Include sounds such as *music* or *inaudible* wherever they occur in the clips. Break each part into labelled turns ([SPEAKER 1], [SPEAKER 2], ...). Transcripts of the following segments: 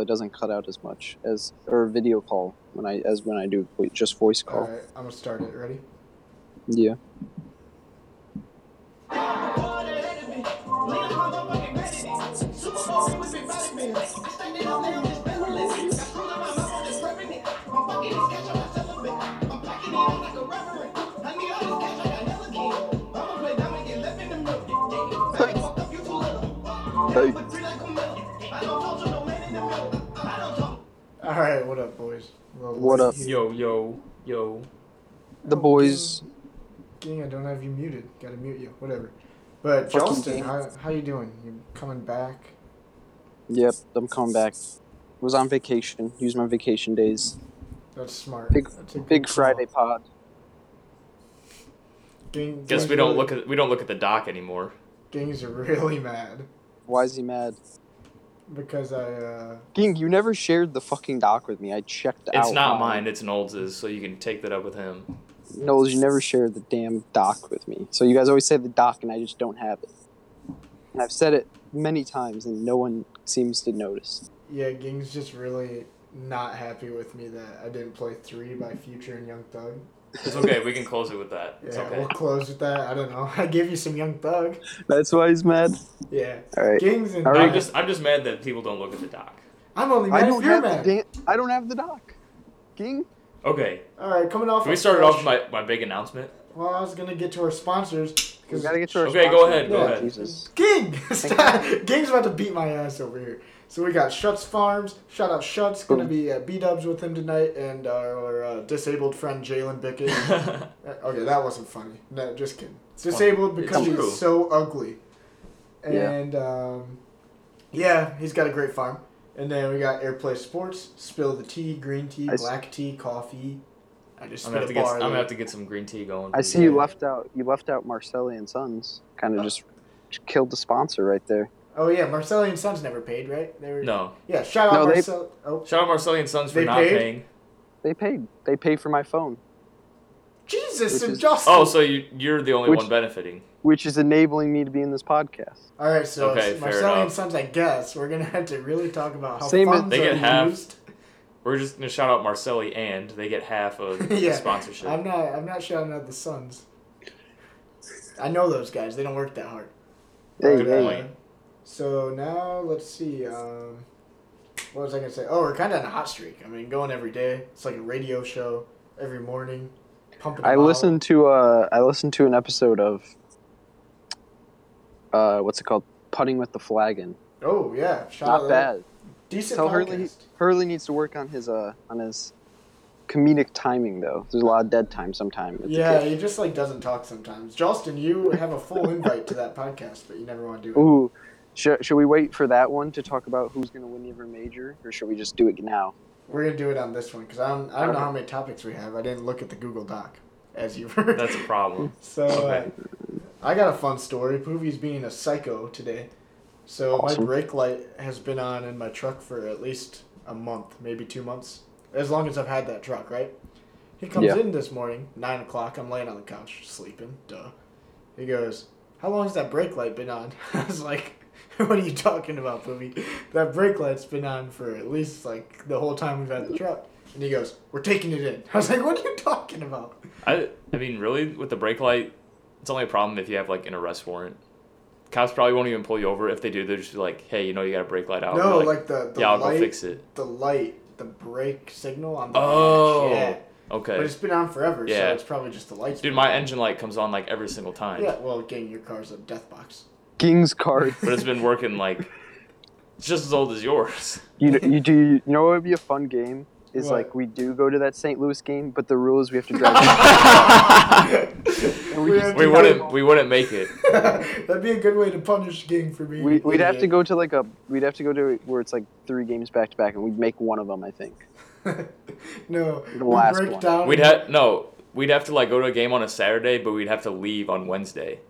[SPEAKER 1] it doesn't cut out as much as or video call when I as when I do vo- just voice call.
[SPEAKER 2] All right, I'm gonna start it. Ready?
[SPEAKER 1] Yeah. Hey.
[SPEAKER 2] All right, what up, boys? Well,
[SPEAKER 1] What up?
[SPEAKER 3] Yo, yo, yo.
[SPEAKER 1] The boys.
[SPEAKER 2] Gang, I don't have you muted. Gotta mute you. Whatever. But
[SPEAKER 1] Fucking
[SPEAKER 2] Justin,
[SPEAKER 1] gang.
[SPEAKER 2] how, how you doing? You coming back?
[SPEAKER 1] Yep, I'm coming back. Was on vacation. Use my vacation days.
[SPEAKER 2] That's smart.
[SPEAKER 1] Big-
[SPEAKER 2] That's a
[SPEAKER 1] Big
[SPEAKER 2] good
[SPEAKER 1] Friday
[SPEAKER 2] call.
[SPEAKER 1] pod.
[SPEAKER 2] Gang,
[SPEAKER 3] Guess
[SPEAKER 2] gang,
[SPEAKER 3] we don't
[SPEAKER 2] really-
[SPEAKER 3] look at we don't look at the dock anymore.
[SPEAKER 2] Gangs are really mad
[SPEAKER 1] Why is he mad?
[SPEAKER 2] because I uh,
[SPEAKER 1] King, you never shared the fucking doc with me. I checked out.
[SPEAKER 3] It's not mine. It's Nolds's, so you can take that up with him.
[SPEAKER 1] No, you never shared the damn doc with me. So you guys always say the doc, and I just don't have it. And I've said it many times, and no one seems to notice.
[SPEAKER 2] yeah, Gang's just really not happy with me that I didn't play three by Future and Young Thug.
[SPEAKER 3] It's okay. we can close it with that.
[SPEAKER 2] Yeah,
[SPEAKER 3] It's okay.
[SPEAKER 2] we'll close with that. I don't know. *laughs* I gave you some Young Thug.
[SPEAKER 1] *laughs* That's why he's mad.
[SPEAKER 2] Yeah,
[SPEAKER 1] All right.
[SPEAKER 2] Gang's and
[SPEAKER 1] All
[SPEAKER 3] I'm
[SPEAKER 1] right.
[SPEAKER 3] just I'm just mad that people don't look at the dock.
[SPEAKER 2] I'm only mad
[SPEAKER 1] I
[SPEAKER 2] if
[SPEAKER 1] don't
[SPEAKER 2] you're
[SPEAKER 1] have
[SPEAKER 2] mad.
[SPEAKER 1] the da- I don't have the doc. King,
[SPEAKER 3] Okay.
[SPEAKER 2] All right, coming off.
[SPEAKER 3] Can
[SPEAKER 2] our
[SPEAKER 3] we start it off with
[SPEAKER 2] fresh-
[SPEAKER 3] my, my big announcement? *laughs*
[SPEAKER 2] Well, I was gonna get to our sponsors
[SPEAKER 1] we
[SPEAKER 2] because
[SPEAKER 1] gotta get to our.
[SPEAKER 3] Okay, go
[SPEAKER 1] sponsor.
[SPEAKER 3] ahead,
[SPEAKER 2] go
[SPEAKER 1] Yeah,
[SPEAKER 3] ahead.
[SPEAKER 1] Jesus.
[SPEAKER 2] Ging, *laughs* Stop. Ging's about to beat my ass over here. So we got Shuts Farms. Shout out Shuts. Gonna be uh, B Dubs with him tonight, and our uh, disabled friend Jalen
[SPEAKER 3] *laughs*
[SPEAKER 2] Bickett.
[SPEAKER 3] That's
[SPEAKER 2] Uh, okay, that wasn't funny. No, just kidding. disabled
[SPEAKER 3] funny.
[SPEAKER 2] because
[SPEAKER 3] It's true.
[SPEAKER 2] he's so ugly,
[SPEAKER 1] Yeah.
[SPEAKER 2] and um, yeah, he's got a great farm. And then we got Airplay Sports. Spill the tea, green tea,
[SPEAKER 1] I s-
[SPEAKER 2] black tea, coffee. I just
[SPEAKER 3] I'm
[SPEAKER 2] spit
[SPEAKER 3] gonna have
[SPEAKER 2] a
[SPEAKER 3] to get
[SPEAKER 2] bar.
[SPEAKER 3] I'm gonna
[SPEAKER 2] there.
[SPEAKER 3] have to get some green tea going.
[SPEAKER 1] I see you left out. You left out Marcelli and Sons. Kind of
[SPEAKER 3] Uh.
[SPEAKER 1] just killed the sponsor right there.
[SPEAKER 2] Oh yeah, Marcelli and Sons never paid, right? They were
[SPEAKER 3] No.
[SPEAKER 2] Yeah, shout out
[SPEAKER 1] No, they-
[SPEAKER 2] Marcel. Oh
[SPEAKER 3] Shout out Marcelli and Sons for
[SPEAKER 2] They
[SPEAKER 3] not
[SPEAKER 2] paid?
[SPEAKER 3] paying.
[SPEAKER 1] They paid. They paid for my phone,
[SPEAKER 2] Jesus
[SPEAKER 1] Which
[SPEAKER 2] and
[SPEAKER 1] is-
[SPEAKER 2] Justin.
[SPEAKER 3] Oh, so you you're the only
[SPEAKER 1] Which-
[SPEAKER 3] one benefiting.
[SPEAKER 1] which is enabling me to be in this podcast.
[SPEAKER 2] all right, so
[SPEAKER 3] Okay, fair
[SPEAKER 2] Marcelli and
[SPEAKER 3] enough.
[SPEAKER 2] Sons, I guess we're gonna have to really talk about how
[SPEAKER 1] Same as-
[SPEAKER 2] funds
[SPEAKER 3] They
[SPEAKER 2] are
[SPEAKER 3] get half
[SPEAKER 2] used. *laughs*
[SPEAKER 3] We're just gonna shout out Marcelli and they get half of
[SPEAKER 2] *laughs* yeah,
[SPEAKER 3] the sponsorship.
[SPEAKER 2] I'm not. I'm not shouting out the Suns. I know those guys. They don't work that hard.
[SPEAKER 1] Hey,
[SPEAKER 3] Good
[SPEAKER 1] hey.
[SPEAKER 3] point.
[SPEAKER 2] So now let's see. Um, what was I gonna say? Oh, we're kind of on a hot streak. I mean, going every day. It's like a radio show every morning. Pumping.
[SPEAKER 1] I
[SPEAKER 2] them out.
[SPEAKER 1] listened to uh, I listened to an episode of uh, what's it called? Putting with the Flagon.
[SPEAKER 2] Oh yeah, shout out
[SPEAKER 1] Not
[SPEAKER 2] to that.
[SPEAKER 1] bad.
[SPEAKER 2] Decent
[SPEAKER 1] Tell Hurley
[SPEAKER 2] podcast.
[SPEAKER 1] Hurley needs to work on his uh on his comedic timing though. There's a lot of dead time sometimes.
[SPEAKER 2] Yeah, he just like doesn't talk sometimes. Justin, you have a full invite to that podcast, but you never want to do it.
[SPEAKER 1] Ooh. Should, should we wait for that one to talk about who's going to win the River Major, or should we just do it now?
[SPEAKER 2] We're gonna do it on this one because I don't, I don't know how many topics we have. I didn't look at the Google Doc as you were.
[SPEAKER 3] That's a problem.
[SPEAKER 2] so.
[SPEAKER 3] Okay.
[SPEAKER 2] Uh, I got a fun story. Poovy's being a psycho today. So
[SPEAKER 1] Awesome.
[SPEAKER 2] my brake light has been on in my truck for at least a month, maybe two months, as long as I've had that truck, right? He comes
[SPEAKER 1] Yeah.
[SPEAKER 2] in this morning, nine o'clock. I'm laying on the couch sleeping. Duh. He goes, "How long has that brake light been on?" *laughs* I was like, "What are you talking about, Poovy? That brake light's been on for at least like the whole time we've had the truck." And he goes, "We're taking it in." *laughs* I was like, "What are you talking about?"
[SPEAKER 3] I I mean, really, with the brake light, it's only a problem if you have like an arrest warrant. Cops probably won't even pull you over. If they do, they're just like, "Hey, you know, you got a brake light out."
[SPEAKER 2] no,
[SPEAKER 3] You're
[SPEAKER 2] like, the, the
[SPEAKER 3] yeah, I'll
[SPEAKER 2] light.
[SPEAKER 3] go fix it.
[SPEAKER 2] the light, the brake signal on the
[SPEAKER 3] Oh,
[SPEAKER 2] dash. Yeah. But
[SPEAKER 3] okay.
[SPEAKER 2] it's been on forever, so
[SPEAKER 3] Yeah.
[SPEAKER 2] it's probably just the lights.
[SPEAKER 3] Dude, my engine light comes on like every single time,
[SPEAKER 2] Yeah, well, again, your car's a death
[SPEAKER 3] *laughs*
[SPEAKER 2] box.
[SPEAKER 1] King's card.
[SPEAKER 3] but it's been working like it's just as old
[SPEAKER 2] *laughs*
[SPEAKER 3] as yours.
[SPEAKER 1] *laughs* You know, you do. You know what would be a fun game? Is
[SPEAKER 2] What?
[SPEAKER 1] like we do go to that St. Louis game, but the rule is we have to
[SPEAKER 2] *laughs*
[SPEAKER 1] drive. and *laughs* we
[SPEAKER 2] We
[SPEAKER 1] just
[SPEAKER 2] have
[SPEAKER 3] We
[SPEAKER 1] do-
[SPEAKER 3] wouldn't. We wouldn't make it.
[SPEAKER 2] *laughs* That'd be a good way to punish Ging for being.
[SPEAKER 1] We, we'd have to go to like a. We'd have to go to where it's like three games back to back, and we'd make one of them. I think.
[SPEAKER 2] *laughs* no,
[SPEAKER 1] The
[SPEAKER 2] we
[SPEAKER 1] last
[SPEAKER 2] break
[SPEAKER 1] one.
[SPEAKER 2] down.
[SPEAKER 3] We'd have no. We'd have to like go to a game on a Saturday, but we'd have to leave on Wednesday.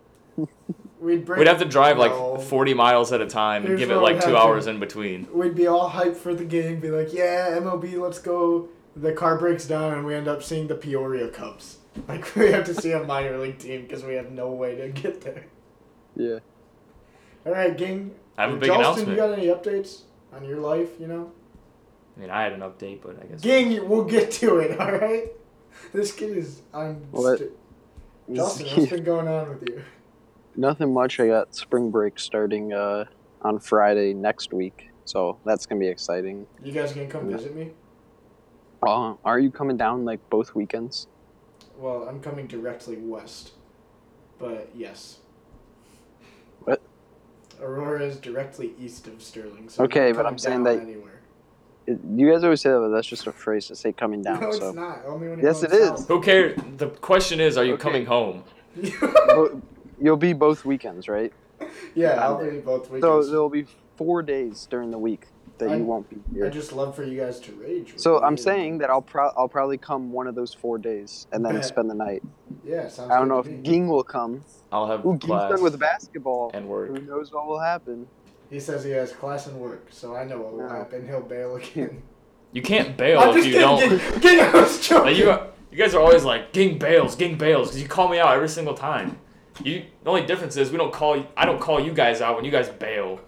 [SPEAKER 2] We'd, break,
[SPEAKER 3] We'd have to drive
[SPEAKER 2] No.
[SPEAKER 3] like 40 miles at a time and
[SPEAKER 2] Here's
[SPEAKER 3] give it
[SPEAKER 2] what
[SPEAKER 3] like
[SPEAKER 2] would
[SPEAKER 3] two
[SPEAKER 2] happen.
[SPEAKER 3] hours in between.
[SPEAKER 2] We'd be all hyped for the game. Be like, yeah, MLB, let's go. The car breaks down, and we end up seeing the Peoria Cubs. *laughs* Like we have to see a minor league team because we have no way to get there.
[SPEAKER 1] Yeah.
[SPEAKER 2] All right, gang.
[SPEAKER 3] I have a big
[SPEAKER 2] Justin,
[SPEAKER 3] announcement.
[SPEAKER 2] you got any updates on your life? You know,
[SPEAKER 3] I mean, I had an update, but I guess.
[SPEAKER 2] Gang, we'll get to it, *laughs* alright? This kid is. I'm.
[SPEAKER 1] What?
[SPEAKER 2] st-
[SPEAKER 1] *laughs*
[SPEAKER 2] Justin, what's been going on with you?
[SPEAKER 1] Nothing much. I got spring break starting uh, on Friday next week, so that's gonna be exciting.
[SPEAKER 2] You guys gonna come visit me?
[SPEAKER 1] Uh, are you coming down like both weekends?
[SPEAKER 2] Well, I'm coming directly west. But yes.
[SPEAKER 1] What?
[SPEAKER 2] Aurora is directly east of Sterling. So
[SPEAKER 1] Okay,
[SPEAKER 2] not
[SPEAKER 1] but I'm
[SPEAKER 2] coming
[SPEAKER 1] saying
[SPEAKER 2] down
[SPEAKER 1] that-
[SPEAKER 2] Anywhere.
[SPEAKER 1] It- you guys always say that, but that's just a phrase to say coming *laughs* down.
[SPEAKER 2] no,
[SPEAKER 1] so,
[SPEAKER 2] it's not. Only when
[SPEAKER 1] Yes,
[SPEAKER 2] it
[SPEAKER 1] it is. *laughs*
[SPEAKER 3] Who cares? The question is, are you
[SPEAKER 1] Okay.
[SPEAKER 3] coming home?
[SPEAKER 2] is.
[SPEAKER 1] Bo- you'll be both weekends, right?
[SPEAKER 2] *laughs* yeah, I'll be both
[SPEAKER 1] So
[SPEAKER 2] weekends.
[SPEAKER 1] there'll be four days during the week that
[SPEAKER 2] I-
[SPEAKER 1] you won't be
[SPEAKER 2] I
[SPEAKER 1] here.
[SPEAKER 2] just love for you guys to rage. with
[SPEAKER 1] So
[SPEAKER 2] me
[SPEAKER 1] I'm
[SPEAKER 2] and-
[SPEAKER 1] saying that I'll pro- I'll probably come one of those four days and then
[SPEAKER 2] Bet.
[SPEAKER 1] spend the night.
[SPEAKER 2] Yeah, sounds
[SPEAKER 1] I don't know
[SPEAKER 2] good to
[SPEAKER 1] if
[SPEAKER 2] me.
[SPEAKER 1] Ging will come.
[SPEAKER 3] I'll have
[SPEAKER 1] Ooh, Ging's
[SPEAKER 3] class
[SPEAKER 1] done with basketball.
[SPEAKER 3] and work.
[SPEAKER 1] Who knows what will happen?
[SPEAKER 2] He says he has class and work, so I know what will
[SPEAKER 1] No.
[SPEAKER 2] happen. He'll bail again.
[SPEAKER 3] You can't bail if you
[SPEAKER 2] *laughs*
[SPEAKER 3] don't.
[SPEAKER 2] Ging, Ging, I was joking.
[SPEAKER 3] Like, you, are- you guys are always like, "Ging bails, Ging bails," because you call me out every single time. You, the only difference is we don't call. y- I don't call you guys out when you guys bail.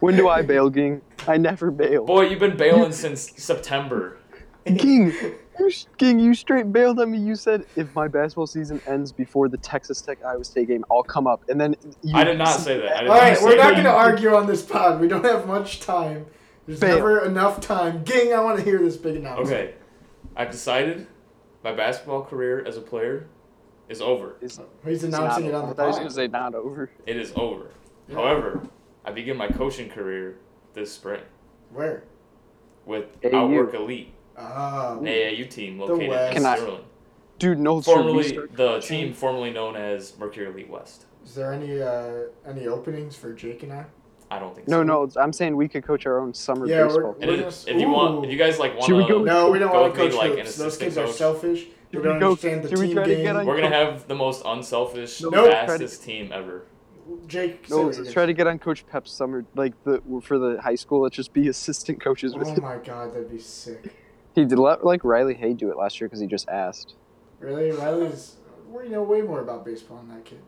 [SPEAKER 1] When do
[SPEAKER 2] *laughs*
[SPEAKER 1] I bail, Ging? I never bail.
[SPEAKER 3] Boy, you've been bailing since September.
[SPEAKER 2] *laughs*
[SPEAKER 1] King, you, King, you straight bailed on me. You said if my basketball season ends before the Texas Tech Iowa State game, I'll come up. And then you
[SPEAKER 3] I did not say that. I did
[SPEAKER 2] All right,
[SPEAKER 3] say
[SPEAKER 2] we're not
[SPEAKER 3] that.
[SPEAKER 2] going to argue on this pod. We don't have much time. There's
[SPEAKER 1] Bail.
[SPEAKER 2] never enough time. Ging, I want to hear this big announcement.
[SPEAKER 3] Okay, I've decided my basketball career as a player is over.
[SPEAKER 1] It's, it's
[SPEAKER 2] He's
[SPEAKER 1] not
[SPEAKER 2] announcing it on
[SPEAKER 1] over.
[SPEAKER 2] the
[SPEAKER 1] I was gonna
[SPEAKER 2] pod.
[SPEAKER 1] say not over.
[SPEAKER 3] It is over.
[SPEAKER 2] Yeah.
[SPEAKER 3] However, I begin my coaching career this spring
[SPEAKER 2] Where?
[SPEAKER 3] with
[SPEAKER 1] AAU.
[SPEAKER 3] Outwork Elite,
[SPEAKER 2] Oh.
[SPEAKER 3] an AAU team located
[SPEAKER 2] West.
[SPEAKER 3] in
[SPEAKER 1] Can I-
[SPEAKER 3] Sterling,
[SPEAKER 1] Dude, no. sir, we
[SPEAKER 3] formerly
[SPEAKER 1] start-
[SPEAKER 3] the team formerly known as Mercury Elite West.
[SPEAKER 2] Is there any uh, any openings for Jake and I?
[SPEAKER 3] I don't think
[SPEAKER 1] No,
[SPEAKER 3] so.
[SPEAKER 1] no. I'm saying we could coach our own summer
[SPEAKER 2] Yeah, we're-
[SPEAKER 1] baseball.
[SPEAKER 3] It
[SPEAKER 2] We're
[SPEAKER 3] is-
[SPEAKER 2] gonna-
[SPEAKER 3] if you want,
[SPEAKER 2] Ooh.
[SPEAKER 3] if you guys like want
[SPEAKER 1] Should we go-
[SPEAKER 3] to,
[SPEAKER 2] No, we don't
[SPEAKER 3] Go
[SPEAKER 2] want to
[SPEAKER 3] be
[SPEAKER 2] coach
[SPEAKER 3] like an
[SPEAKER 2] hoops. Those
[SPEAKER 3] assistant
[SPEAKER 2] kids are
[SPEAKER 3] coach.
[SPEAKER 2] selfish. They
[SPEAKER 1] we
[SPEAKER 2] don't
[SPEAKER 1] go-
[SPEAKER 2] understand the
[SPEAKER 1] should we
[SPEAKER 2] team
[SPEAKER 1] try to
[SPEAKER 2] game.
[SPEAKER 1] get on-
[SPEAKER 3] we're gonna have the most unselfish,
[SPEAKER 1] Nope.
[SPEAKER 3] fastest team ever.
[SPEAKER 2] Jake,
[SPEAKER 1] No, let's try to get on Coach Pep's summer, like the for the high school. Let's just be *laughs* assistant coaches with
[SPEAKER 2] Oh *laughs*
[SPEAKER 1] him.
[SPEAKER 2] my god, that'd be sick.
[SPEAKER 1] He did let like Riley Hay do it last year because he just asked.
[SPEAKER 2] Really, Riley's we know way more about baseball than that kid.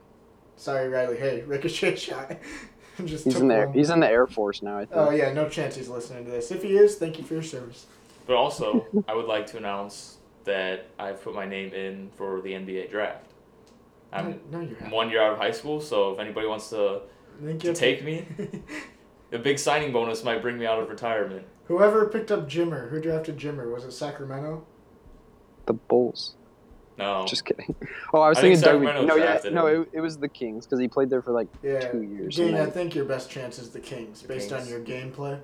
[SPEAKER 2] Sorry, Riley. Hey, ricochet shot. *laughs* Just
[SPEAKER 1] He's
[SPEAKER 2] took
[SPEAKER 1] in there.
[SPEAKER 2] one.
[SPEAKER 1] He's in the Air Force now. I think.
[SPEAKER 2] Oh yeah, no chance he's listening to this. If he is, thank you for your service.
[SPEAKER 3] But also, I would like to announce that I've put my name in for the NBA draft. I'm
[SPEAKER 2] no, no, you haven't.
[SPEAKER 3] one year out of high school, so if anybody wants to,
[SPEAKER 2] I think you
[SPEAKER 3] to
[SPEAKER 2] have
[SPEAKER 3] take me, a big signing bonus might bring me out of retirement.
[SPEAKER 2] *laughs* Whoever picked up Jimmer, who drafted Jimmer? Was it Sacramento?
[SPEAKER 1] The Bulls.
[SPEAKER 3] No,
[SPEAKER 1] Just kidding. *laughs* Oh, I was
[SPEAKER 3] I think
[SPEAKER 1] thinking Doug.
[SPEAKER 3] Sacramento
[SPEAKER 1] Mc- No, yeah,
[SPEAKER 3] drafted
[SPEAKER 1] no,
[SPEAKER 3] him.
[SPEAKER 1] it, it was the Kings because he played there for like,
[SPEAKER 2] Yeah.
[SPEAKER 1] Two years,
[SPEAKER 2] Dean,
[SPEAKER 1] and
[SPEAKER 2] I
[SPEAKER 1] then-
[SPEAKER 2] think your best chance is the Kings, based
[SPEAKER 3] Kings.
[SPEAKER 2] on your gameplay.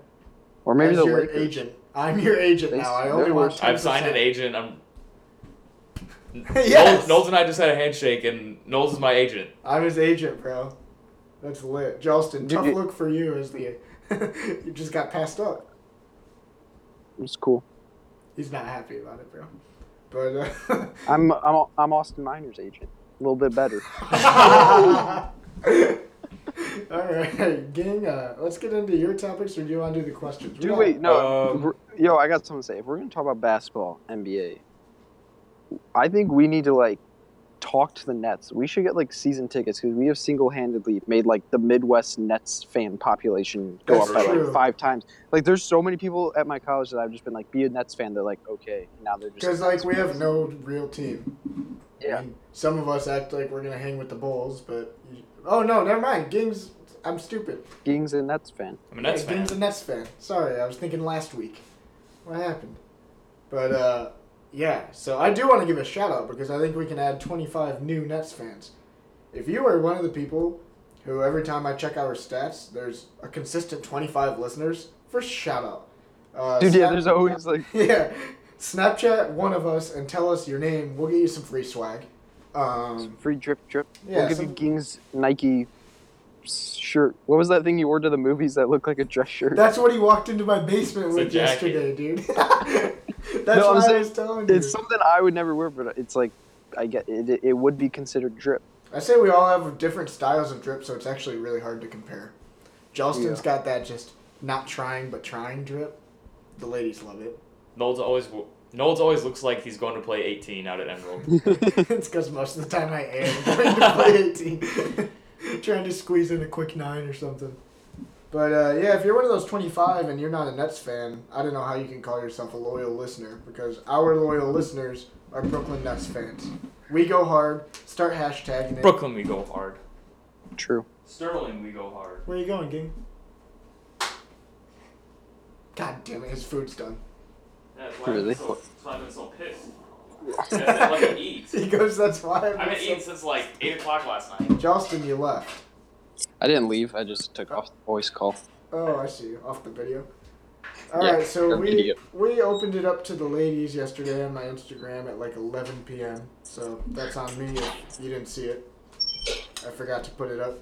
[SPEAKER 1] or maybe
[SPEAKER 2] As
[SPEAKER 1] the
[SPEAKER 2] your
[SPEAKER 1] Lakers.
[SPEAKER 2] agent. I'm your agent
[SPEAKER 1] They-
[SPEAKER 2] now. I
[SPEAKER 1] they're
[SPEAKER 2] only want.
[SPEAKER 1] worse.
[SPEAKER 2] 10%.
[SPEAKER 3] I've signed an agent. I'm.
[SPEAKER 2] *laughs* Yes!
[SPEAKER 3] Knowles, Knowles and I just had a handshake, and Knowles is my agent.
[SPEAKER 2] I'm his agent, bro. That's lit. Justin,
[SPEAKER 1] Dude,
[SPEAKER 2] tough
[SPEAKER 1] you-
[SPEAKER 2] look for you as the. *laughs* you just got passed up.
[SPEAKER 1] It's cool.
[SPEAKER 2] He's not happy about it, bro. *laughs* But
[SPEAKER 1] I'm I'm I'm Austin Miner's agent. A little bit better.
[SPEAKER 2] *laughs* uh, all right, gang. Uh, let's get into your topics, or do you want to do the questions? We
[SPEAKER 1] Dude,
[SPEAKER 2] got-
[SPEAKER 1] wait, no.
[SPEAKER 3] Um,
[SPEAKER 1] we're- yo, I got something to say. If we're gonna talk about basketball, NBA, I think we need to like talk to the Nets. We should get like season tickets because we have single-handedly made like the Midwest Nets fan population go
[SPEAKER 2] That's
[SPEAKER 1] up by
[SPEAKER 2] true.
[SPEAKER 1] like five times. Like, there's so many people at my college that I've just been like, be a Nets fan. They're like, okay, now they're just
[SPEAKER 2] Because like we have no real team.
[SPEAKER 1] Yeah.
[SPEAKER 2] And some of us act like we're gonna hang with the Bulls, but you- oh no, never mind. Ging's I'm stupid.
[SPEAKER 1] Ging's a Nets fan.
[SPEAKER 3] I'm a Nets
[SPEAKER 2] yeah,
[SPEAKER 3] fan.
[SPEAKER 2] Ging's a Nets fan. Sorry, I was thinking last week. What happened? But uh, yeah. So I do want to give a shout out because I think we can add 25 new Nets fans. If you are one of the people who every time I check our stats, there's a consistent 25 listeners. First shout out. Uh,
[SPEAKER 1] Dude, yeah,
[SPEAKER 2] Snap-
[SPEAKER 1] there's always like
[SPEAKER 2] *laughs* yeah. Snapchat one of us and tell us your name. We'll get you some free swag. Um,
[SPEAKER 1] free drip drip.
[SPEAKER 2] Yeah,
[SPEAKER 1] we'll give
[SPEAKER 2] some-
[SPEAKER 1] you Ging's Nike shirt. What was that thing you wore to the movies that looked like a dress shirt?
[SPEAKER 2] that's what he walked into my basement
[SPEAKER 3] It's a
[SPEAKER 2] with
[SPEAKER 3] jacket.
[SPEAKER 2] yesterday, dude. *laughs*
[SPEAKER 1] *laughs*
[SPEAKER 2] that's
[SPEAKER 1] No, I'm
[SPEAKER 2] what I
[SPEAKER 1] saying
[SPEAKER 2] was telling you.
[SPEAKER 1] it's something I would never wear, but it's like I get it. It would be considered drip.
[SPEAKER 2] I say we all have different styles of drip, so it's actually really hard to compare. Justin's
[SPEAKER 1] Yeah.
[SPEAKER 2] got that just not trying but trying drip. The ladies love it. *laughs*
[SPEAKER 3] Knowles always w- Knowles always looks like he's going to play 18 out at Emerald.
[SPEAKER 1] *laughs*
[SPEAKER 2] it's because most of the time I *laughs* am trying to play 18. trying to squeeze in a quick nine or something. But uh, yeah, if you're one of those 25 and you're not a Nets fan, I don't know how you can call yourself a loyal listener because our loyal listeners are Brooklyn Nets fans. We go hard. Start hashtagging it.
[SPEAKER 3] Brooklyn, we go hard.
[SPEAKER 1] True.
[SPEAKER 3] Sterling, we go hard.
[SPEAKER 2] Where you going, King? God damn it, his food's done.
[SPEAKER 3] That's
[SPEAKER 1] why I'm Really? so-
[SPEAKER 3] I've been so pissed.
[SPEAKER 2] *laughs* He goes, that's why I'm so-"
[SPEAKER 3] since like eight o'clock last night.
[SPEAKER 2] Justin, you left.
[SPEAKER 1] I didn't leave. I just took off the voice call.
[SPEAKER 2] Oh, I see. Off the video. All
[SPEAKER 1] Yeah,
[SPEAKER 2] right, so
[SPEAKER 1] you're an
[SPEAKER 2] we
[SPEAKER 1] idiot.
[SPEAKER 2] we opened it up to the ladies yesterday on my Instagram at like 11 p.m. So that's on me if you didn't see it. I forgot to put it up.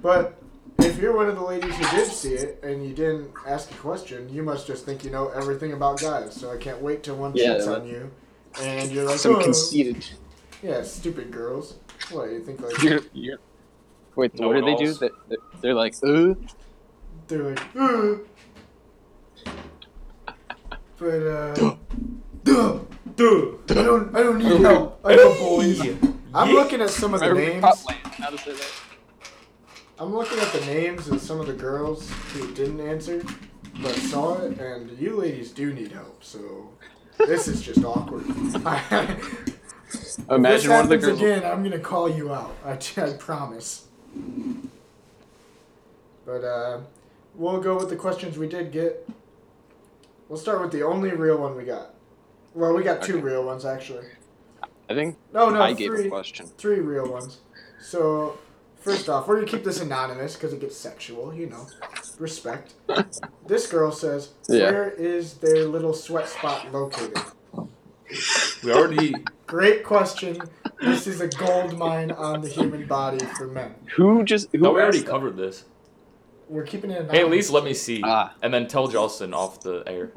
[SPEAKER 2] But if you're one of the ladies who did see it and you didn't ask a question, you must just think you know everything about guys. So I can't wait till one
[SPEAKER 1] Yeah,
[SPEAKER 2] shits
[SPEAKER 1] that-
[SPEAKER 2] on you, and you're like,
[SPEAKER 1] Some
[SPEAKER 2] "Oh,
[SPEAKER 1] conceited.
[SPEAKER 2] yeah, stupid girls." What you think? Like
[SPEAKER 1] You're, you're... Wait, what did they do?
[SPEAKER 3] Know-it-alls.
[SPEAKER 1] They, they- they're like, uh,
[SPEAKER 2] they're like, "Ooh." but uh, duh, duh. I don't, I don't need help. I don't believe. I'm looking at some of the
[SPEAKER 1] remember
[SPEAKER 2] names.
[SPEAKER 1] Cotland, how to say that.
[SPEAKER 2] I'm looking at the names of some of the girls who didn't answer, but saw it, and you ladies do need help. So this is just awkward. *laughs* If this
[SPEAKER 1] Imagine one of the
[SPEAKER 2] happens
[SPEAKER 1] girls.
[SPEAKER 2] again. I'm gonna call you out. I, *laughs* I promise. But uh, we'll go with the questions we did get. We'll start with the only real one we got. Well, we got two
[SPEAKER 1] Okay.
[SPEAKER 2] real ones actually.
[SPEAKER 1] I think
[SPEAKER 2] No, no,
[SPEAKER 1] I
[SPEAKER 2] three.
[SPEAKER 1] gave a question.
[SPEAKER 2] Three real ones. So, first off, we're gonna keep this anonymous because it gets sexual, you know.
[SPEAKER 1] *laughs*
[SPEAKER 2] Respect. This girl says,
[SPEAKER 1] Yeah.
[SPEAKER 2] "Where is their little sweat spot located?"
[SPEAKER 3] We already.
[SPEAKER 2] Great question. This is a gold mine on the human body for men.
[SPEAKER 1] Who just? Who
[SPEAKER 3] No, we already
[SPEAKER 1] asked that?
[SPEAKER 3] covered this.
[SPEAKER 2] We're keeping it anonymous.
[SPEAKER 3] Hey, at least let me see,
[SPEAKER 1] Ah.
[SPEAKER 3] and then tell Justin off the air.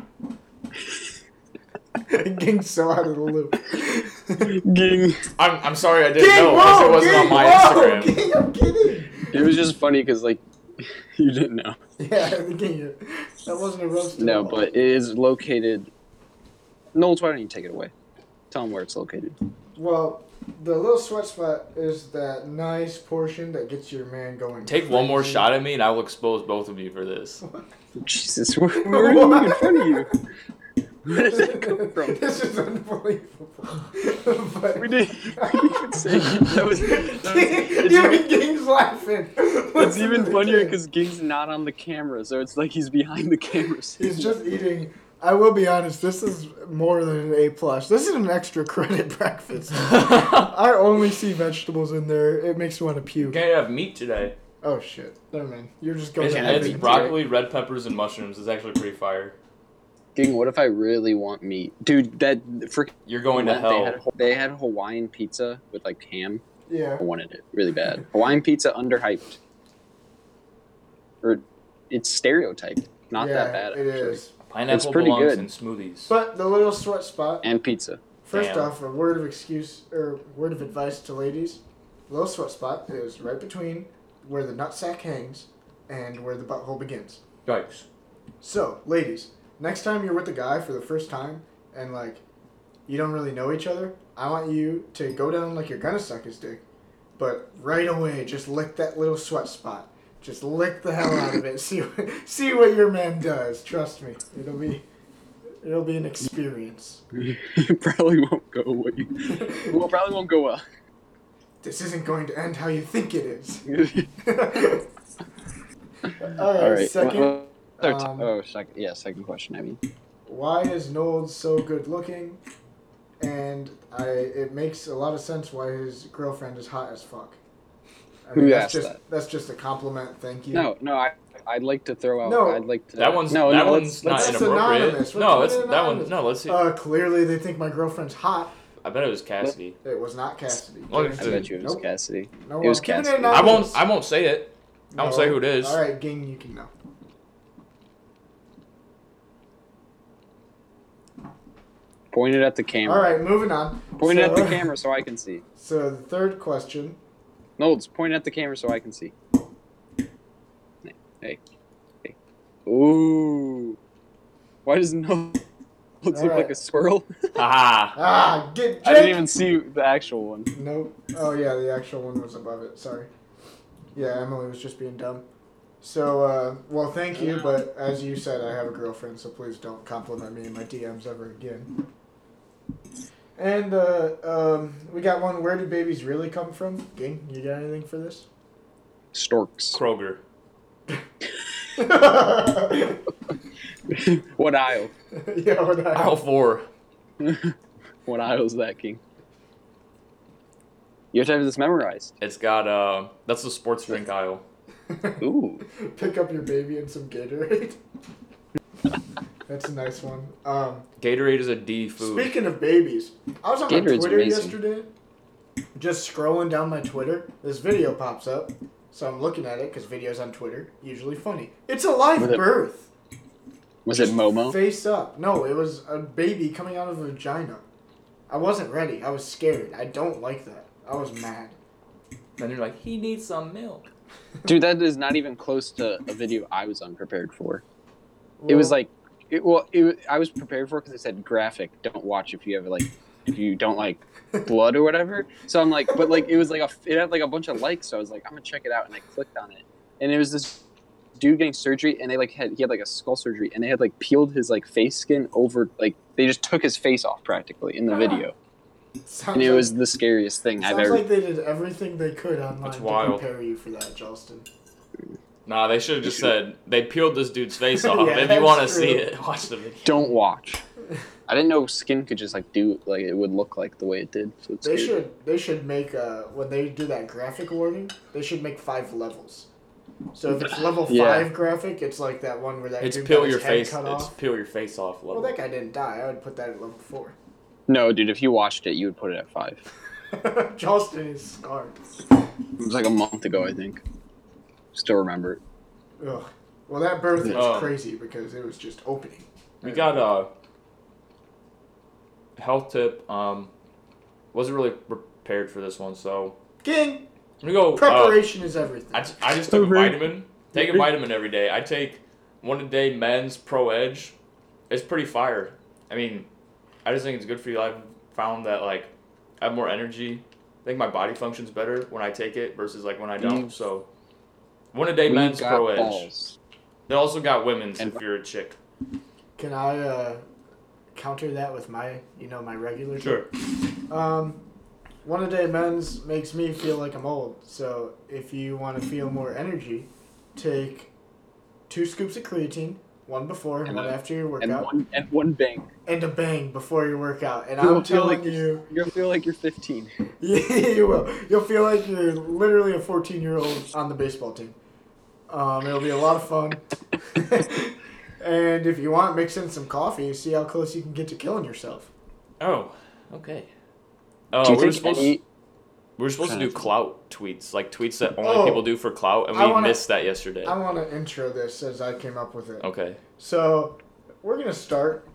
[SPEAKER 2] *laughs* Ging's so out of the
[SPEAKER 3] *laughs*
[SPEAKER 2] loop.
[SPEAKER 1] Ging.
[SPEAKER 3] I'm, I'm sorry I didn't
[SPEAKER 2] Ging,
[SPEAKER 3] know
[SPEAKER 2] whoa,
[SPEAKER 3] because it wasn't
[SPEAKER 2] Ging,
[SPEAKER 3] on my
[SPEAKER 2] whoa,
[SPEAKER 3] Instagram.
[SPEAKER 2] Ging, I'm kidding.
[SPEAKER 1] It was just funny because like *laughs* you didn't know.
[SPEAKER 2] Yeah, *laughs* the Ging. That wasn't a roast. at
[SPEAKER 1] No,
[SPEAKER 2] all.
[SPEAKER 1] but it is located. Knowles, why don't you take it away? Tell them where it's located.
[SPEAKER 2] Well, the little sweat spot is that nice portion that gets your man going.
[SPEAKER 3] Take one more
[SPEAKER 2] crazy. *laughs*
[SPEAKER 3] shot at me, and I will expose both of you for this.
[SPEAKER 1] Jesus, where, *laughs* where are you in front of you? Where did that come from?
[SPEAKER 2] *laughs* this is unbelievable. *laughs* but
[SPEAKER 1] We did. You could say that
[SPEAKER 2] *laughs*
[SPEAKER 1] was. *laughs* That was
[SPEAKER 2] Even Ging's laughing.
[SPEAKER 1] it's
[SPEAKER 2] What's
[SPEAKER 1] even
[SPEAKER 2] the
[SPEAKER 1] funnier
[SPEAKER 2] thing?
[SPEAKER 1] because Ging's not on the camera, so it's like he's behind the camera.
[SPEAKER 2] he's just eating. I will be honest. This is more than an A plus. This is an extra credit *laughs* breakfast. I only see vegetables in there. It makes me want to puke.
[SPEAKER 3] Okay, I have meat today.
[SPEAKER 2] Oh shit! Never mind. You're just going.
[SPEAKER 3] It's,
[SPEAKER 2] to
[SPEAKER 3] it's
[SPEAKER 2] heaven.
[SPEAKER 3] broccoli, red peppers, and mushrooms. It's actually pretty fire.
[SPEAKER 1] Ging, what if I really want meat, dude? That freaking
[SPEAKER 3] You're going to
[SPEAKER 1] they had
[SPEAKER 3] hell.
[SPEAKER 1] they had Hawaiian pizza with like ham.
[SPEAKER 2] Yeah.
[SPEAKER 1] I wanted it really bad. Hawaiian pizza underhyped, or it's stereotyped. Not
[SPEAKER 2] yeah,
[SPEAKER 1] that bad.
[SPEAKER 2] It
[SPEAKER 1] actually.
[SPEAKER 2] is.
[SPEAKER 3] Pineapple
[SPEAKER 1] pretty
[SPEAKER 3] belongs
[SPEAKER 1] good.
[SPEAKER 3] in smoothies.
[SPEAKER 2] But the little sweat spot.
[SPEAKER 1] And pizza.
[SPEAKER 2] First
[SPEAKER 3] Damn.
[SPEAKER 2] off, a word of excuse or word of advice to ladies: low sweat spot is right between where the nutsack hangs and where the butthole begins.
[SPEAKER 3] Yikes.
[SPEAKER 2] So, ladies, next time you're with a guy for the first time and like you don't really know each other, I want you to go down like you're gonna suck his dick, but right away, just lick that little sweat spot. Just lick the hell out of it. *laughs* See, what- see what your man does. Trust me, it'll be, it'll be an experience.
[SPEAKER 1] it *laughs* probably won't go what you. Well, it probably won't go well.
[SPEAKER 2] This isn't going to end how you think it is. *laughs*
[SPEAKER 1] All
[SPEAKER 2] All right,
[SPEAKER 1] right.
[SPEAKER 2] second.
[SPEAKER 1] well, third-
[SPEAKER 2] um,
[SPEAKER 1] oh, second. Yeah, second question. I mean,
[SPEAKER 2] Why is Nold so good looking? And I, it makes a lot of sense why his girlfriend is hot as fuck. I
[SPEAKER 1] Who
[SPEAKER 2] that's
[SPEAKER 1] asked
[SPEAKER 2] just,
[SPEAKER 1] that?
[SPEAKER 2] That's just a compliment. Thank you.
[SPEAKER 1] no, no. I I'd like to throw out.
[SPEAKER 2] No.
[SPEAKER 1] I'd like to.
[SPEAKER 3] That one's
[SPEAKER 1] no.
[SPEAKER 3] that
[SPEAKER 1] no, let's,
[SPEAKER 3] one's not
[SPEAKER 1] let's,
[SPEAKER 2] That's anonymous.
[SPEAKER 3] inappropriate.
[SPEAKER 2] We're
[SPEAKER 3] No, that's
[SPEAKER 2] keeping it
[SPEAKER 3] that one.
[SPEAKER 2] anonymous.
[SPEAKER 3] No, let's see.
[SPEAKER 2] Uh, clearly they think my girlfriend's hot.
[SPEAKER 3] I bet it was Cassidy.
[SPEAKER 2] It was not Cassidy.
[SPEAKER 3] Well,
[SPEAKER 1] I bet you it was
[SPEAKER 2] Nope.
[SPEAKER 1] Cassidy.
[SPEAKER 2] No,
[SPEAKER 1] It was
[SPEAKER 2] I'm keeping
[SPEAKER 1] Cassidy.
[SPEAKER 3] I won't.
[SPEAKER 2] anonymous.
[SPEAKER 3] I won't say it. I won't say who it is.
[SPEAKER 2] All right, gang, you can know.
[SPEAKER 1] Point it at the camera.
[SPEAKER 2] All right, moving on.
[SPEAKER 1] Point it at the
[SPEAKER 2] So-
[SPEAKER 1] camera so I can see.
[SPEAKER 2] *laughs* So the third question.
[SPEAKER 1] Nolds, point at the camera so I can see. Hey. Hey. hey. Ooh. Why does Nolds look
[SPEAKER 2] All right.
[SPEAKER 1] like a swirl?
[SPEAKER 3] Haha.
[SPEAKER 2] Ah, get
[SPEAKER 1] *laughs* I didn't
[SPEAKER 2] Jake.
[SPEAKER 1] even see the actual one.
[SPEAKER 2] Nope. Oh yeah, the actual one was above it. Sorry. Yeah, Emily was just being dumb. So, uh, well, thank you, but as you said, I have a girlfriend, so please don't compliment me in my DMs ever again. And uh, um, we got one. Where do babies really come from? Ging, you got anything for this? *laughs*
[SPEAKER 1] Storks. *laughs*
[SPEAKER 3] Kroger.
[SPEAKER 1] what aisle?
[SPEAKER 2] yeah, what the
[SPEAKER 3] Aisle
[SPEAKER 2] hell?
[SPEAKER 3] four.
[SPEAKER 1] *laughs* What aisle is that, King? You have to have this memorized.
[SPEAKER 3] It's got uh that's the sports drink aisle.
[SPEAKER 1] Ooh.
[SPEAKER 2] *laughs* Pick up your baby and some Gatorade. *laughs* That's a nice one. Um,
[SPEAKER 3] Gatorade is a D food.
[SPEAKER 2] Speaking of babies, I was on my
[SPEAKER 1] Gatorade's
[SPEAKER 2] Twitter
[SPEAKER 1] amazing.
[SPEAKER 2] yesterday, just scrolling down my Twitter. This video pops up, so I'm looking at it because videos on Twitter usually funny. It's a live
[SPEAKER 1] Was it
[SPEAKER 2] birth.
[SPEAKER 1] Was it Momo?
[SPEAKER 2] Face up. No, it was a baby coming out of a vagina. I wasn't ready. I was scared. I don't like that. I was mad.
[SPEAKER 3] and you're like, he needs some milk.
[SPEAKER 1] Dude, that is not even close to a video I was unprepared for. it was
[SPEAKER 2] Well,
[SPEAKER 1] like it, well it, wa- i was prepared for it because it said graphic don't watch if you ever like if you don't like blood or whatever so i'm like but like it was like a it had like a bunch of likes so i was like i'm gonna check it out and i clicked on it and it was this dude getting surgery and they like had he had like a skull surgery and they had like peeled his like face skin over like they just took his face off practically in the video
[SPEAKER 2] sounds
[SPEAKER 1] and it
[SPEAKER 2] like-
[SPEAKER 1] was the scariest thing i've
[SPEAKER 2] Sounds
[SPEAKER 1] ever
[SPEAKER 2] like they did everything they could online
[SPEAKER 3] That's
[SPEAKER 2] to
[SPEAKER 3] wild.
[SPEAKER 2] compare you for that, Justin.
[SPEAKER 3] Nah, they should have just said they peeled this dude's *laughs* face off.
[SPEAKER 2] Yeah,
[SPEAKER 3] if you want to
[SPEAKER 2] that's
[SPEAKER 3] see
[SPEAKER 2] true.
[SPEAKER 3] it, watch the video.
[SPEAKER 1] don't
[SPEAKER 2] *laughs*
[SPEAKER 1] watch i didn't know skin could just like do like it would look like the way it did so it's
[SPEAKER 2] They
[SPEAKER 1] scary.
[SPEAKER 2] should they should make uh when they do that graphic warning, they should make five levels. So if it's level
[SPEAKER 1] Yeah.
[SPEAKER 2] five graphic, it's like that one where that
[SPEAKER 3] It's
[SPEAKER 2] dude
[SPEAKER 3] peel
[SPEAKER 2] got
[SPEAKER 3] your
[SPEAKER 2] his head
[SPEAKER 3] face.
[SPEAKER 2] cut
[SPEAKER 3] It's
[SPEAKER 2] off.
[SPEAKER 3] peel your face off
[SPEAKER 2] Well,
[SPEAKER 3] level.
[SPEAKER 2] that guy didn't die. I would put that at level four. *laughs*
[SPEAKER 1] no dude if you watched it you would put it at five
[SPEAKER 2] Justin is scarred.
[SPEAKER 1] It was like a month ago, I think. Still remember. it.
[SPEAKER 2] Ugh. Well, that birth was
[SPEAKER 3] Oh.
[SPEAKER 2] crazy because it was just opening.
[SPEAKER 3] we got a health tip. Um, wasn't really prepared for this one, so
[SPEAKER 2] King
[SPEAKER 3] let me go. uh,
[SPEAKER 2] preparation is everything.
[SPEAKER 3] I, ju- I just took a
[SPEAKER 1] Okay.
[SPEAKER 3] vitamin. Take a vitamin every day. I take one a day men's Pro Edge. It's pretty fire. I mean, I just think it's good for you. I've found that like I have more energy. I think my body functions better when I take it versus like when I don't.
[SPEAKER 1] Mm.
[SPEAKER 3] So one a day
[SPEAKER 1] We
[SPEAKER 3] men's
[SPEAKER 1] got
[SPEAKER 3] Pro Edge.
[SPEAKER 1] balls.
[SPEAKER 3] They also got women's
[SPEAKER 1] And-
[SPEAKER 3] if you're a chick.
[SPEAKER 2] Can I uh, counter that with my you know my regular?
[SPEAKER 3] Sure.
[SPEAKER 2] Um, one a day men's makes me feel like I'm old. So if you want to feel more energy, take two scoops of creatine, one before and
[SPEAKER 1] And
[SPEAKER 2] one
[SPEAKER 1] then-
[SPEAKER 2] after your
[SPEAKER 1] And
[SPEAKER 2] workout,
[SPEAKER 1] one and one bang.
[SPEAKER 2] and a bang before your workout. And
[SPEAKER 1] You'll
[SPEAKER 2] I'm
[SPEAKER 1] feel
[SPEAKER 2] telling
[SPEAKER 1] like
[SPEAKER 2] you, *laughs*
[SPEAKER 1] You'll feel like you're 15.
[SPEAKER 2] you will. You'll feel like you're literally a 14 year old on the baseball team. Um, it'll be a lot of fun. *laughs* and if you want, mix in some coffee. See how close you can get to killing yourself.
[SPEAKER 3] Oh, okay. Oh,
[SPEAKER 1] Do you
[SPEAKER 3] we were
[SPEAKER 1] think
[SPEAKER 3] supposed
[SPEAKER 1] any-
[SPEAKER 3] we were supposed to do
[SPEAKER 1] Kinda.
[SPEAKER 3] clout tweets, like tweets that only
[SPEAKER 2] Oh.
[SPEAKER 3] people do for clout, and we
[SPEAKER 2] I wanna-
[SPEAKER 3] missed that yesterday.
[SPEAKER 2] I want to intro this as I came up with it.
[SPEAKER 3] okay.
[SPEAKER 2] So we're gonna start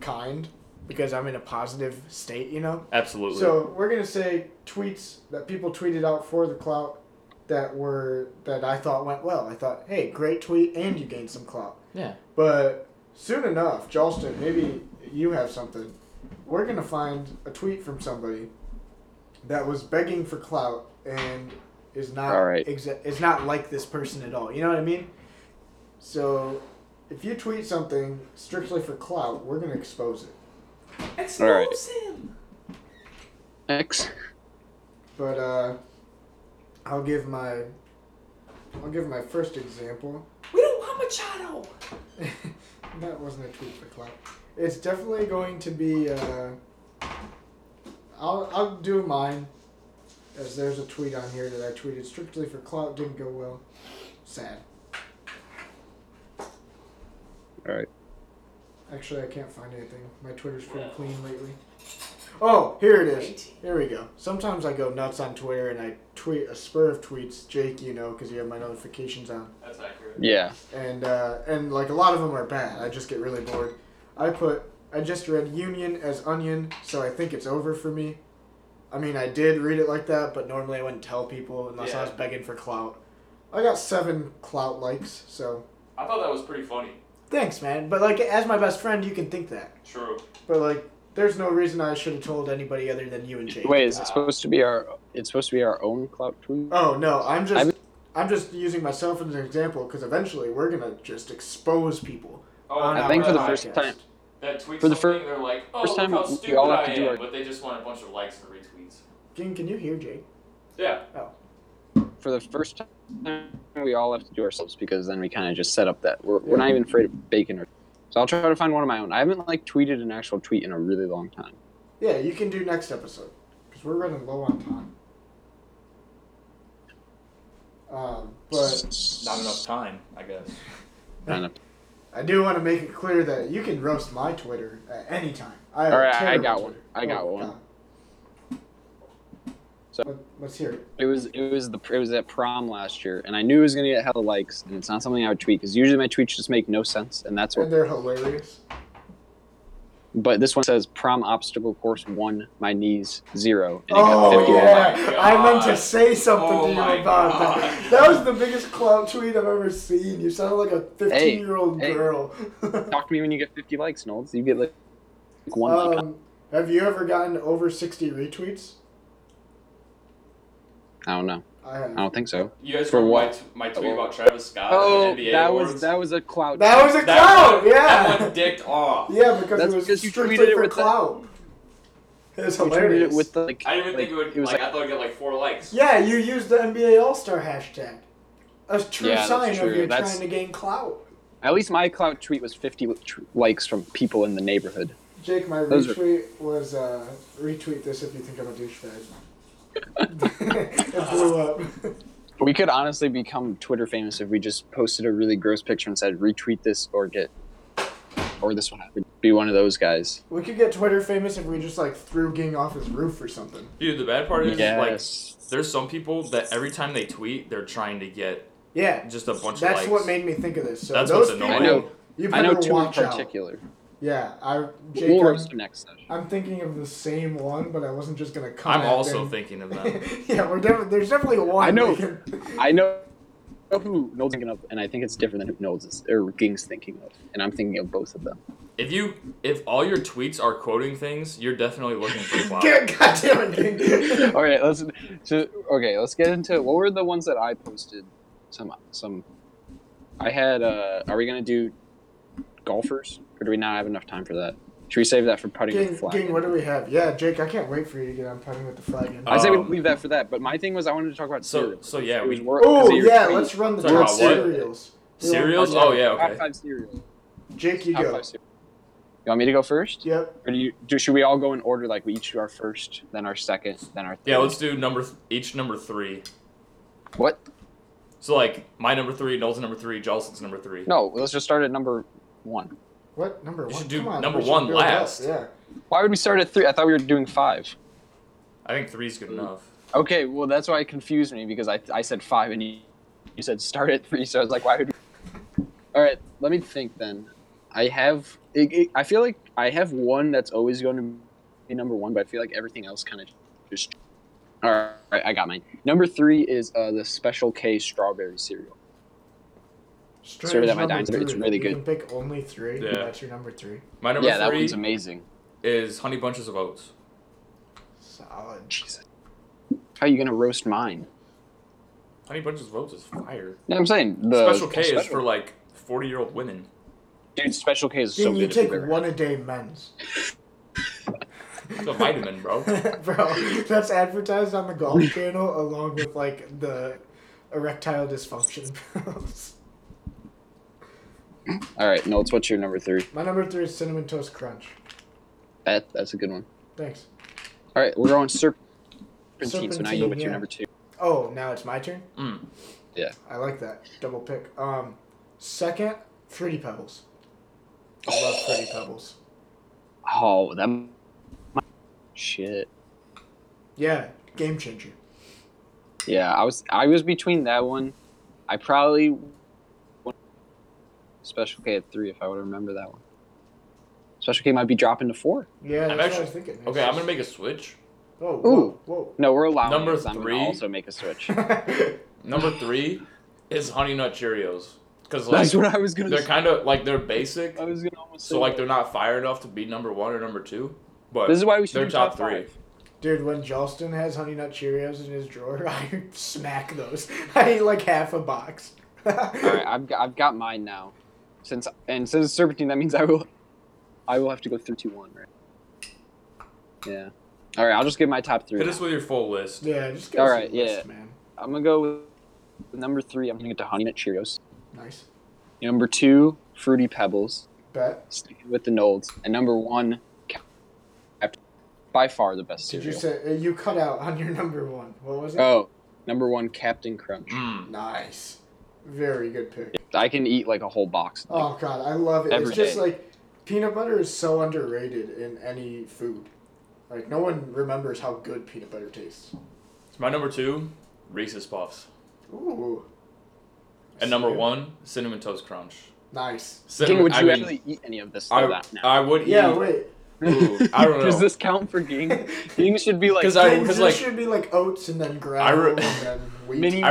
[SPEAKER 2] kind because I'm in a positive state, you know.
[SPEAKER 3] Absolutely.
[SPEAKER 2] So we're gonna say tweets that people tweeted out for the clout that were that I thought went well. I thought, hey, great tweet, and you gained some clout.
[SPEAKER 3] yeah.
[SPEAKER 2] But soon enough, Johnston, maybe you have something. We're gonna find a tweet from somebody that was begging for clout and is not
[SPEAKER 1] All right.
[SPEAKER 2] exa- is not like this person at all. You know what I mean? So if you tweet something strictly for clout, we're gonna expose it.
[SPEAKER 1] All right. X.
[SPEAKER 2] But uh, I'll give my I'll give my first example.
[SPEAKER 3] We don't want Machado.
[SPEAKER 2] *laughs* that wasn't a tweet for clout. It's definitely going to be. Uh, I'll I'll do mine. As there's a tweet on here that I tweeted strictly for clout, didn't go well. Sad.
[SPEAKER 1] All right.
[SPEAKER 2] Actually, I can't find anything. My Twitter's pretty clean lately. Oh, here it is. Here we go. Sometimes I go nuts on Twitter and I tweet a spur of tweets. Jake, you know, because you have my notifications on.
[SPEAKER 3] That's accurate.
[SPEAKER 1] Yeah.
[SPEAKER 2] and uh, and like a lot of them are bad. I just get really bored. I put I just read Union as Onion, so I think it's over for me. I mean, I did read it like that, but normally I wouldn't tell people unless I was
[SPEAKER 3] Yeah.
[SPEAKER 2] begging for clout. I got seven clout likes, so
[SPEAKER 3] I thought that was pretty funny.
[SPEAKER 2] thanks, man. But like, as my best friend, you can think that.
[SPEAKER 3] True.
[SPEAKER 2] But like, there's no reason I should have told anybody other than you and Jake.
[SPEAKER 1] Wait, is it supposed to be our? It's supposed to be our own clout tweet.
[SPEAKER 2] Oh no, I'm just.
[SPEAKER 1] I'm-
[SPEAKER 2] I'm, I'm just using myself as an example because eventually we're gonna just expose people.
[SPEAKER 3] Oh,
[SPEAKER 2] on
[SPEAKER 1] I
[SPEAKER 2] our
[SPEAKER 1] think for the
[SPEAKER 2] podcast.
[SPEAKER 1] first time-
[SPEAKER 3] that tweet
[SPEAKER 1] for the
[SPEAKER 3] something,
[SPEAKER 1] fir-
[SPEAKER 3] they're like, oh,
[SPEAKER 1] first time
[SPEAKER 3] look how
[SPEAKER 1] we- we
[SPEAKER 3] stupid
[SPEAKER 1] all have
[SPEAKER 3] I
[SPEAKER 1] to do
[SPEAKER 3] am,
[SPEAKER 1] our-
[SPEAKER 3] but they just want a bunch of likes and retweets.
[SPEAKER 2] Can, can you hear Jake?
[SPEAKER 3] Yeah.
[SPEAKER 1] For the first time, we all have to do ourselves because then we kind of just set up that we're, we're not even afraid of bacon. Or, so I'll try to find one of my own. I haven't like tweeted an actual tweet in a really long time.
[SPEAKER 2] Yeah, you can do next episode because we're running low on time. Um, but
[SPEAKER 3] Not enough time, I guess.
[SPEAKER 1] Kind of.
[SPEAKER 2] I do want to make it clear that you can roast my Twitter at any time. I have a
[SPEAKER 1] All right, I
[SPEAKER 2] terrible
[SPEAKER 1] got
[SPEAKER 2] Twitter. Oh,
[SPEAKER 1] one. I got one.
[SPEAKER 2] God.
[SPEAKER 1] So-
[SPEAKER 2] Let, let's hear it.
[SPEAKER 1] It was it was the it was at prom last year, and I knew it was gonna get hella likes, and it's not something I would tweet because usually my tweets just make no sense, and that's what
[SPEAKER 2] And they're hilarious.
[SPEAKER 1] But this one says prom obstacle course one, my knees zero, and it got
[SPEAKER 2] Oh
[SPEAKER 1] 50
[SPEAKER 2] yeah,
[SPEAKER 1] likes.
[SPEAKER 3] Oh my
[SPEAKER 2] I meant to
[SPEAKER 3] God.
[SPEAKER 2] say something
[SPEAKER 3] Oh
[SPEAKER 2] to you
[SPEAKER 3] my
[SPEAKER 2] about
[SPEAKER 3] God.
[SPEAKER 2] that. That was the biggest clout tweet I've ever seen. You sounded like a fifteen-year-old
[SPEAKER 1] hey.
[SPEAKER 2] girl. *laughs*
[SPEAKER 1] Talk to me when you get 50 likes, Knowles. You get like one like.
[SPEAKER 2] um, have you ever gotten over sixty retweets?
[SPEAKER 1] I don't know.
[SPEAKER 2] I have.
[SPEAKER 1] I don't think so.
[SPEAKER 3] You guys
[SPEAKER 1] For
[SPEAKER 3] remember my,
[SPEAKER 1] what? Oh.
[SPEAKER 3] t- my tweet about Travis Scott and the NBA
[SPEAKER 1] that
[SPEAKER 3] awards?
[SPEAKER 1] was that was a clout.
[SPEAKER 2] That was a
[SPEAKER 3] That
[SPEAKER 2] clout.
[SPEAKER 3] one-
[SPEAKER 2] yeah.
[SPEAKER 3] That one dicked off.
[SPEAKER 2] Yeah, because
[SPEAKER 1] That's
[SPEAKER 2] it was
[SPEAKER 1] because you
[SPEAKER 2] strictly
[SPEAKER 1] tweeted it
[SPEAKER 2] for
[SPEAKER 1] with the-
[SPEAKER 2] clout. It was
[SPEAKER 1] You treated
[SPEAKER 2] hilarious.
[SPEAKER 1] it with the, like,
[SPEAKER 3] I didn't
[SPEAKER 1] like,
[SPEAKER 3] even think it would.
[SPEAKER 1] It was
[SPEAKER 3] like,
[SPEAKER 1] like,
[SPEAKER 3] I thought it'd get like four likes.
[SPEAKER 2] yeah, you used the NBA All Star hashtag. A true
[SPEAKER 1] Yeah, that's
[SPEAKER 2] sign
[SPEAKER 1] true.
[SPEAKER 2] of you
[SPEAKER 1] That's-
[SPEAKER 2] trying to gain clout.
[SPEAKER 1] at least my clout tweet was 50 tr- likes from people in the neighborhood.
[SPEAKER 2] Jake, my
[SPEAKER 1] Those are-
[SPEAKER 2] retweet was uh, retweet this if you think I'm a
[SPEAKER 1] *laughs*
[SPEAKER 2] douchebag. it blew up.
[SPEAKER 1] We could honestly become Twitter famous if we just posted a really gross picture and said retweet this or get or this will happen. Be one of those guys.
[SPEAKER 2] We could get Twitter famous if we just like threw Ging off his roof or something.
[SPEAKER 3] Dude, the bad part is
[SPEAKER 1] Yes.
[SPEAKER 3] like, there's some people that every time they tweet, they're trying to get
[SPEAKER 2] Yeah,
[SPEAKER 3] just a bunch
[SPEAKER 2] that's
[SPEAKER 3] of likes.
[SPEAKER 2] what made me think of this. So
[SPEAKER 3] That's
[SPEAKER 2] those
[SPEAKER 3] what's
[SPEAKER 2] people,
[SPEAKER 3] annoying.
[SPEAKER 1] I know-
[SPEAKER 2] you
[SPEAKER 1] I
[SPEAKER 2] better
[SPEAKER 1] know two in
[SPEAKER 2] watch out.
[SPEAKER 1] particular.
[SPEAKER 2] Yeah, I Jake,
[SPEAKER 1] We'll
[SPEAKER 2] I'm-
[SPEAKER 1] roast them next session.
[SPEAKER 2] I'm thinking of the same one, but I wasn't just gonna come.
[SPEAKER 3] I'm
[SPEAKER 2] at
[SPEAKER 3] also
[SPEAKER 2] them.
[SPEAKER 3] thinking
[SPEAKER 2] *laughs*
[SPEAKER 3] of them.
[SPEAKER 2] yeah, we're definitely there's definitely one.
[SPEAKER 1] I know.
[SPEAKER 2] we can-
[SPEAKER 1] I know who Nold's thinking of, and I think it's different than who Nold's is, or Ging's thinking of, and I'm thinking of both of them.
[SPEAKER 3] If you, if all your tweets are quoting things, you're definitely
[SPEAKER 2] *laughs*
[SPEAKER 3] looking for clout.
[SPEAKER 2] God, God damn it,
[SPEAKER 1] *laughs*
[SPEAKER 2] Ging.
[SPEAKER 1] All right, let's so, okay. Let's get into what were the ones that I posted. Some some. I had. Uh, are we gonna do golfers, or do we not have enough time for that? Should we save that for putting with
[SPEAKER 2] Ging,
[SPEAKER 1] the flag?
[SPEAKER 2] Ging, what do we have? Yeah, Jake, I can't wait for you to get on putting with the flag. In.
[SPEAKER 1] I say we
[SPEAKER 3] Um,
[SPEAKER 1] leave that for that. But my thing was I wanted to talk about
[SPEAKER 3] So-
[SPEAKER 1] cereal.
[SPEAKER 3] so yeah,
[SPEAKER 1] It was
[SPEAKER 3] we-
[SPEAKER 1] wor- 'cause
[SPEAKER 2] Oh
[SPEAKER 1] they were
[SPEAKER 2] yeah,
[SPEAKER 1] great.
[SPEAKER 2] let's run the
[SPEAKER 3] Uh, Talk
[SPEAKER 2] top
[SPEAKER 3] about what?
[SPEAKER 2] cereals.
[SPEAKER 3] Cereals? Oh yeah,
[SPEAKER 1] Top
[SPEAKER 3] okay.
[SPEAKER 1] five cereal.
[SPEAKER 2] Jake, you
[SPEAKER 1] Top
[SPEAKER 2] go.
[SPEAKER 1] five cereal. You want me to go first?
[SPEAKER 2] Yep.
[SPEAKER 1] Or do you do? Should we all go in order? Like we each do our first, then our second, then our third.
[SPEAKER 3] Yeah, let's do number th- each number three.
[SPEAKER 1] What?
[SPEAKER 3] So like my number three, Noel's number three, Jelson's number three.
[SPEAKER 1] No, let's just start at number one.
[SPEAKER 2] What number one?
[SPEAKER 3] should do
[SPEAKER 2] Come on,
[SPEAKER 3] number
[SPEAKER 2] we should
[SPEAKER 3] one
[SPEAKER 2] build up,
[SPEAKER 3] last.
[SPEAKER 2] Yeah.
[SPEAKER 1] Why would we start at three? I thought we were doing five.
[SPEAKER 3] I think three's
[SPEAKER 1] Mm.
[SPEAKER 3] good enough.
[SPEAKER 1] Okay, well that's why it confused me because I I said five and you, you said start at three, so I was like, why would? All right, let me think then. I have it, it- I feel like I have one that's always going to be number one, but I feel like everything else kind of just. All right, I got mine. Number three is uh, the Special K strawberry cereal.
[SPEAKER 2] Strange
[SPEAKER 1] Sorry that my
[SPEAKER 2] number
[SPEAKER 1] dine's- it's
[SPEAKER 2] three.
[SPEAKER 1] really
[SPEAKER 2] you
[SPEAKER 1] good.
[SPEAKER 2] can pick only three.
[SPEAKER 3] Yeah.
[SPEAKER 2] That's your number three.
[SPEAKER 3] My number
[SPEAKER 1] yeah, that
[SPEAKER 3] three
[SPEAKER 1] one's amazing.
[SPEAKER 3] is Honey Bunches of Oats.
[SPEAKER 2] Solid.
[SPEAKER 1] Jesus, how are you gonna roast mine?
[SPEAKER 3] Honey Bunches of Oats is fire.
[SPEAKER 1] No, I'm saying the
[SPEAKER 3] Special K is
[SPEAKER 1] Special-
[SPEAKER 3] for like forty year old women.
[SPEAKER 1] dude. Special K is so
[SPEAKER 2] Ging,
[SPEAKER 1] good.
[SPEAKER 2] you
[SPEAKER 1] if
[SPEAKER 2] take
[SPEAKER 1] you've ever-
[SPEAKER 2] one a day, men's. *laughs*
[SPEAKER 3] It's a vitamin,
[SPEAKER 1] *laughs*
[SPEAKER 3] bro.
[SPEAKER 2] Bro, that's advertised on the
[SPEAKER 3] *laughs*
[SPEAKER 2] golf channel along with like the erectile dysfunction *laughs* pills.
[SPEAKER 1] All right, Nolts, what's your number three?
[SPEAKER 2] My number three is cinnamon toast crunch.
[SPEAKER 1] That that's a good one.
[SPEAKER 2] Thanks.
[SPEAKER 1] All right, we're going serpentine. So now you go
[SPEAKER 2] Serpentine,
[SPEAKER 1] with
[SPEAKER 2] yeah.
[SPEAKER 1] your number two.
[SPEAKER 2] Oh, now it's my turn.
[SPEAKER 3] Mm.
[SPEAKER 2] I like that double pick. Um, second, Fruity Pebbles. I love Fruity Pebbles.
[SPEAKER 1] Oh, that. Shit.
[SPEAKER 2] Yeah, game changer.
[SPEAKER 1] Yeah, I was I was between that one. I probably would- Special K at three if I would remember that one. Special K might be dropping to four.
[SPEAKER 2] Yeah, that's
[SPEAKER 3] I'm
[SPEAKER 2] what
[SPEAKER 3] actually-
[SPEAKER 2] I was thinking. It's
[SPEAKER 3] Okay, I'm gonna
[SPEAKER 2] just-
[SPEAKER 3] make a switch.
[SPEAKER 2] Oh,
[SPEAKER 1] Ooh.
[SPEAKER 2] whoa,
[SPEAKER 1] No, we're allowing.
[SPEAKER 3] Number
[SPEAKER 1] it, 'cause I'm
[SPEAKER 3] three?
[SPEAKER 1] gonna also make a
[SPEAKER 3] *laughs*
[SPEAKER 1] switch.
[SPEAKER 2] whoa.
[SPEAKER 3] Number three is Honey Nut Cheerios because like
[SPEAKER 1] That's what I was gonna.
[SPEAKER 3] they're
[SPEAKER 1] Say.
[SPEAKER 3] kind of like they're basic,
[SPEAKER 1] I was gonna almost.
[SPEAKER 3] so
[SPEAKER 1] say
[SPEAKER 3] like
[SPEAKER 1] that.
[SPEAKER 3] they're not fire enough to be number one or number two. But
[SPEAKER 1] This is why we should
[SPEAKER 3] they're
[SPEAKER 1] do
[SPEAKER 3] top,
[SPEAKER 1] top
[SPEAKER 3] three.
[SPEAKER 1] five.
[SPEAKER 2] Dude, when Justin has Honey Nut Cheerios in his drawer, *laughs* I smack those. *laughs* I eat like half a box. *laughs*
[SPEAKER 4] All right, I've got, I've got mine now. Since and since it's serpentine, that means I will, I will have to go through two one, right? Yeah. All right, I'll just give my top three.
[SPEAKER 3] Hit us with your full list.
[SPEAKER 2] Yeah, just go.
[SPEAKER 4] All
[SPEAKER 2] All right,
[SPEAKER 4] right, yeah.
[SPEAKER 2] list, man.
[SPEAKER 4] I'm gonna go with number three. I'm gonna get to Honey Nut Cheerios.
[SPEAKER 2] Nice
[SPEAKER 4] Number two, Fruity Pebbles,
[SPEAKER 2] bet.
[SPEAKER 4] sticking with the Nolds, and number one, Cap- Cap- by far the best
[SPEAKER 2] Did you
[SPEAKER 4] cereal.
[SPEAKER 2] say uh, you cut out on your *laughs* number one? What was it?
[SPEAKER 4] oh, number one, Captain Crunch.
[SPEAKER 3] Mm.
[SPEAKER 2] Nice, very good pick.
[SPEAKER 4] I can eat like a whole box. Like,
[SPEAKER 2] Oh god, I love it.
[SPEAKER 4] Every
[SPEAKER 2] it's just
[SPEAKER 4] day.
[SPEAKER 2] like peanut butter is so underrated in any food. Like no one remembers how good peanut butter tastes.
[SPEAKER 3] So my number two, Reese's Puffs,
[SPEAKER 2] Ooh.
[SPEAKER 3] and number
[SPEAKER 2] Cereal.
[SPEAKER 3] one, Cinnamon Toast Crunch.
[SPEAKER 2] Nice.
[SPEAKER 4] Dang,
[SPEAKER 3] Cinnamon,
[SPEAKER 4] would you
[SPEAKER 3] I mean,
[SPEAKER 4] actually eat any of this? though,
[SPEAKER 3] I,
[SPEAKER 4] that now?
[SPEAKER 3] I would.
[SPEAKER 2] Yeah,
[SPEAKER 3] eat,
[SPEAKER 2] wait.
[SPEAKER 3] Ooh, *laughs*
[SPEAKER 1] *laughs*
[SPEAKER 3] I
[SPEAKER 4] *laughs*
[SPEAKER 3] don't
[SPEAKER 4] Does
[SPEAKER 3] know.
[SPEAKER 4] this count
[SPEAKER 3] *laughs*
[SPEAKER 4] for Ging? Ging should be like.
[SPEAKER 3] 'Cause I-
[SPEAKER 2] Kids, this
[SPEAKER 3] like-
[SPEAKER 2] should be like oats and then
[SPEAKER 3] I
[SPEAKER 2] gravel
[SPEAKER 3] re-
[SPEAKER 2] and then
[SPEAKER 3] *laughs*
[SPEAKER 2] wheat.
[SPEAKER 4] Mini-
[SPEAKER 3] I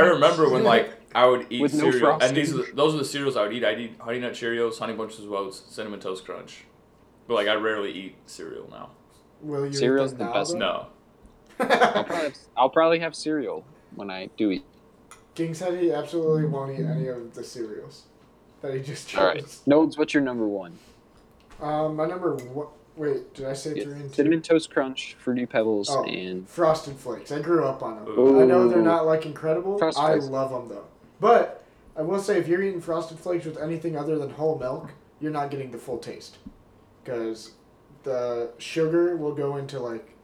[SPEAKER 2] *laughs*
[SPEAKER 3] remember when like I would eat
[SPEAKER 4] With no
[SPEAKER 3] cereal,
[SPEAKER 4] frosting.
[SPEAKER 3] and these are the- those are the cereals I would eat. I'd eat Honey Nut Cheerios, Honey Bunches of Oats, Cinnamon Toast Crunch. But like I rarely eat cereal now.
[SPEAKER 2] Will you eat
[SPEAKER 4] Cereal's
[SPEAKER 2] them
[SPEAKER 4] the
[SPEAKER 2] now, *laughs*
[SPEAKER 4] best
[SPEAKER 2] though?
[SPEAKER 3] No,
[SPEAKER 4] I'll probably, have, I'll probably have cereal when I do eat.
[SPEAKER 2] King said he absolutely won't eat any of the cereals that he just chose.
[SPEAKER 4] All right. Nodes, what's your number one?
[SPEAKER 2] Um, my number one. Wait, did I say three and two?
[SPEAKER 4] Cinnamon Toast Crunch, Fruity Pebbles,
[SPEAKER 2] Oh.
[SPEAKER 4] and
[SPEAKER 2] Frosted Flakes. I grew up on them.
[SPEAKER 3] Ooh.
[SPEAKER 2] I know they're not like incredible.
[SPEAKER 4] Frosted
[SPEAKER 2] I
[SPEAKER 4] Flakes.
[SPEAKER 2] love them though. But I will say, if you're eating Frosted Flakes with anything other than whole milk, you're not getting the full taste, because the sugar will go into like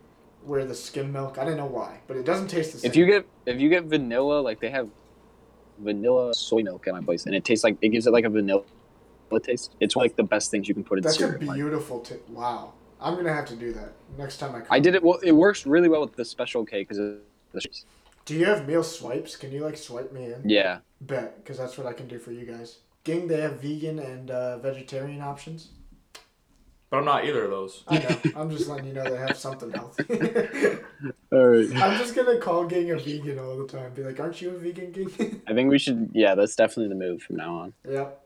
[SPEAKER 2] where the skim milk. I don't know why, but it doesn't taste the same.
[SPEAKER 4] if you get if you get vanilla, like they have vanilla soy milk at my place, and it tastes like it gives it like a vanilla taste. It's one of, like the best things you can put in
[SPEAKER 2] that's a
[SPEAKER 4] cereal. Like,
[SPEAKER 2] beautiful t- wow. I'm gonna have to do that next time I come.
[SPEAKER 4] I did it. Well, it works really well with the special K because the
[SPEAKER 2] Do you have meal swipes? Can you like swipe me in?
[SPEAKER 4] yeah.
[SPEAKER 2] Bet, because that's what I can do for you guys. Ging, they have vegan and uh, vegetarian options.
[SPEAKER 3] but I'm not either of those.
[SPEAKER 4] *laughs*
[SPEAKER 2] I know. I'm just letting you know they have something healthy. *laughs*
[SPEAKER 4] All right.
[SPEAKER 2] I'm just gonna call Ging a vegan all the time. Be like, aren't you a vegan, Ging?
[SPEAKER 4] I think we should. Yeah, that's definitely the move from now on.
[SPEAKER 2] *laughs* yep.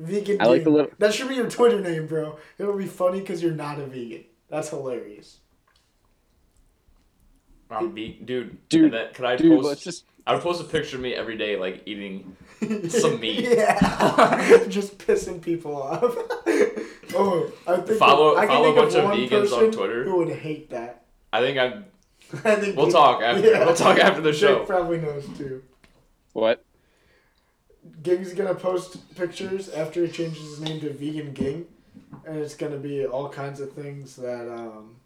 [SPEAKER 2] Vegan.
[SPEAKER 4] I like the
[SPEAKER 2] Ging.
[SPEAKER 4] little-
[SPEAKER 2] That should be your Twitter name, bro. It'll be funny because you're not a vegan. That's hilarious.
[SPEAKER 3] I'm be- dude.
[SPEAKER 4] Dude,
[SPEAKER 3] and that, could I
[SPEAKER 4] Dude,
[SPEAKER 3] post?
[SPEAKER 4] let's just
[SPEAKER 3] I would post a picture of me every day, like eating *laughs* Some meat.
[SPEAKER 2] *laughs* yeah. *laughs* just pissing people off. *laughs* oh, I think
[SPEAKER 3] Follow-
[SPEAKER 2] I can
[SPEAKER 3] follow a
[SPEAKER 2] think
[SPEAKER 3] bunch of
[SPEAKER 2] one
[SPEAKER 3] vegans on
[SPEAKER 2] person
[SPEAKER 3] Twitter.
[SPEAKER 2] Who would hate that? *laughs*
[SPEAKER 3] I think I'm.
[SPEAKER 2] I think
[SPEAKER 3] We'll
[SPEAKER 2] Ging-
[SPEAKER 3] talk after. We'll talk after the
[SPEAKER 2] Jake
[SPEAKER 3] show.
[SPEAKER 2] probably knows too.
[SPEAKER 4] what?
[SPEAKER 2] Ging's gonna post pictures after he changes his name to Vegan Ging, and it's gonna be all kinds of things that um,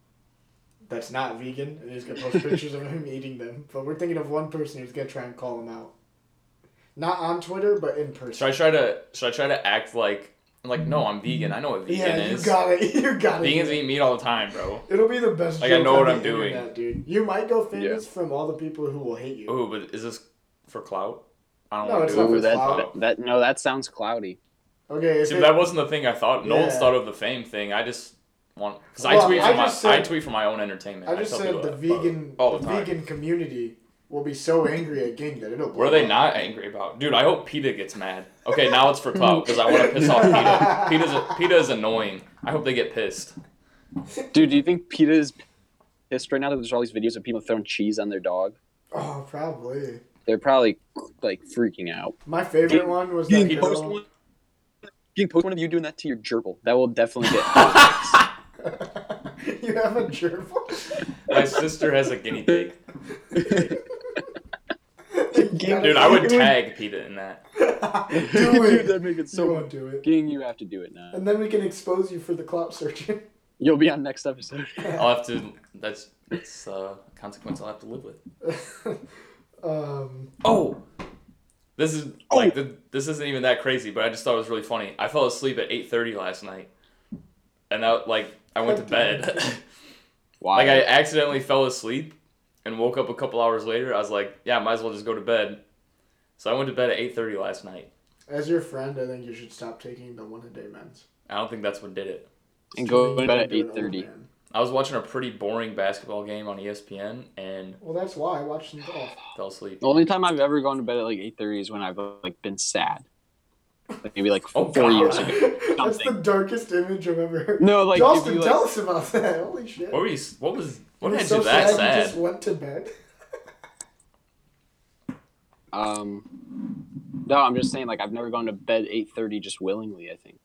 [SPEAKER 2] that's not vegan, and he's gonna post pictures of him eating them. But we're thinking of one person who's gonna try and call him out, not on Twitter, but in
[SPEAKER 3] Should I
[SPEAKER 2] person.
[SPEAKER 3] try to? Should I try to act like? I'm like, no, I'm vegan. I know what vegan
[SPEAKER 2] yeah,
[SPEAKER 3] is.
[SPEAKER 2] you got it. *laughs* You got it.
[SPEAKER 3] Vegans eat meat all the time, bro.
[SPEAKER 2] It'll be the best.
[SPEAKER 3] Like, I
[SPEAKER 2] joke
[SPEAKER 3] know
[SPEAKER 2] on
[SPEAKER 3] what
[SPEAKER 2] the
[SPEAKER 3] I'm doing.
[SPEAKER 2] internet, dude. You might go famous from all the people who will hate you.
[SPEAKER 3] Ooh, but is this for clout? I don't
[SPEAKER 2] No,
[SPEAKER 3] want
[SPEAKER 2] it's
[SPEAKER 3] to
[SPEAKER 2] not
[SPEAKER 3] do
[SPEAKER 2] for
[SPEAKER 4] Ooh,
[SPEAKER 3] it.
[SPEAKER 4] that,
[SPEAKER 2] clout.
[SPEAKER 4] that that no, that sounds cloudy.
[SPEAKER 2] Okay, if
[SPEAKER 3] See,
[SPEAKER 2] it-
[SPEAKER 3] that wasn't the thing I thought. No one's
[SPEAKER 2] Yeah.
[SPEAKER 3] thought of the fame thing. I just want because
[SPEAKER 2] Well,
[SPEAKER 3] I tweet for
[SPEAKER 2] I
[SPEAKER 3] my
[SPEAKER 2] just said-
[SPEAKER 3] I tweet for my own entertainment.
[SPEAKER 2] I just
[SPEAKER 3] tell
[SPEAKER 2] said
[SPEAKER 3] people
[SPEAKER 2] the
[SPEAKER 3] that about it
[SPEAKER 2] vegan,
[SPEAKER 3] all
[SPEAKER 2] the,
[SPEAKER 3] the time.
[SPEAKER 2] vegan community will be so angry at Ging that it'll.
[SPEAKER 3] What
[SPEAKER 2] blow
[SPEAKER 3] are they
[SPEAKER 2] up.
[SPEAKER 3] not angry about? Dude, I hope PETA gets mad. Okay, now it's for clout because I want to
[SPEAKER 2] *laughs*
[SPEAKER 3] piss off PETA. PETA's a, PETA is annoying. I hope they get pissed.
[SPEAKER 4] Dude, do you think PETA is pissed right now that there's all these videos of people throwing cheese on their dog?
[SPEAKER 2] Oh, probably.
[SPEAKER 4] They're probably like freaking out.
[SPEAKER 2] My favorite one was that
[SPEAKER 4] You can post
[SPEAKER 2] girl.
[SPEAKER 4] one. You can post one of you doing that to your gerbil. That will definitely get.
[SPEAKER 2] *laughs*
[SPEAKER 4] *laughs*
[SPEAKER 2] you have a
[SPEAKER 4] *laughs*
[SPEAKER 2] gerbil.
[SPEAKER 3] My sister has a guinea pig. Dude,
[SPEAKER 2] Dude,
[SPEAKER 3] I
[SPEAKER 2] *laughs*
[SPEAKER 3] would tag PETA in that.
[SPEAKER 2] *laughs*
[SPEAKER 4] *laughs*
[SPEAKER 2] do it.
[SPEAKER 4] Dude, that make it
[SPEAKER 2] so
[SPEAKER 4] so.
[SPEAKER 2] won't do it.
[SPEAKER 4] King, you have to do it now.
[SPEAKER 2] And then we can expose you for the clout searching. *laughs*
[SPEAKER 4] You'll be on next episode.
[SPEAKER 3] I'll have to. That's that's uh, a consequence I'll have to live with.
[SPEAKER 2] um,
[SPEAKER 3] Oh, this is like the, this isn't even that crazy, but I just thought it was really funny. I fell asleep at eight thirty last night, and I like I went to bed. *laughs*
[SPEAKER 4] Wow.
[SPEAKER 3] like I accidentally fell asleep and woke up a couple hours later. I was like, yeah, might as well just go to bed. So I went to bed at eight thirty last night.
[SPEAKER 2] as your friend, I think you should stop taking the one a day meds.
[SPEAKER 3] I don't think that's what did it.
[SPEAKER 4] and go to
[SPEAKER 2] You
[SPEAKER 4] bed at
[SPEAKER 2] do it
[SPEAKER 4] eight
[SPEAKER 2] all,
[SPEAKER 4] thirty.
[SPEAKER 2] man.
[SPEAKER 3] I was watching a pretty boring basketball game on E ESPN and
[SPEAKER 2] Well, that's why I watched some golf.
[SPEAKER 3] fell asleep.
[SPEAKER 4] The only time I've ever gone to bed at like eight thirty is when I've like been sad. like, maybe like
[SPEAKER 3] Oh,
[SPEAKER 4] four
[SPEAKER 3] God.
[SPEAKER 4] years ago.
[SPEAKER 2] *laughs* That's the darkest image I've ever heard.
[SPEAKER 4] No, *laughs* like, if
[SPEAKER 2] Justin,
[SPEAKER 4] you, like-
[SPEAKER 2] tell us about that. Holy shit.
[SPEAKER 3] What were you? s- What was? What
[SPEAKER 2] You're
[SPEAKER 3] made
[SPEAKER 2] so
[SPEAKER 3] you that
[SPEAKER 2] sad,
[SPEAKER 3] sad?
[SPEAKER 2] you just went to bed.
[SPEAKER 4] Um, no, I'm just saying like I've never gone to bed 8:30 just willingly. I think.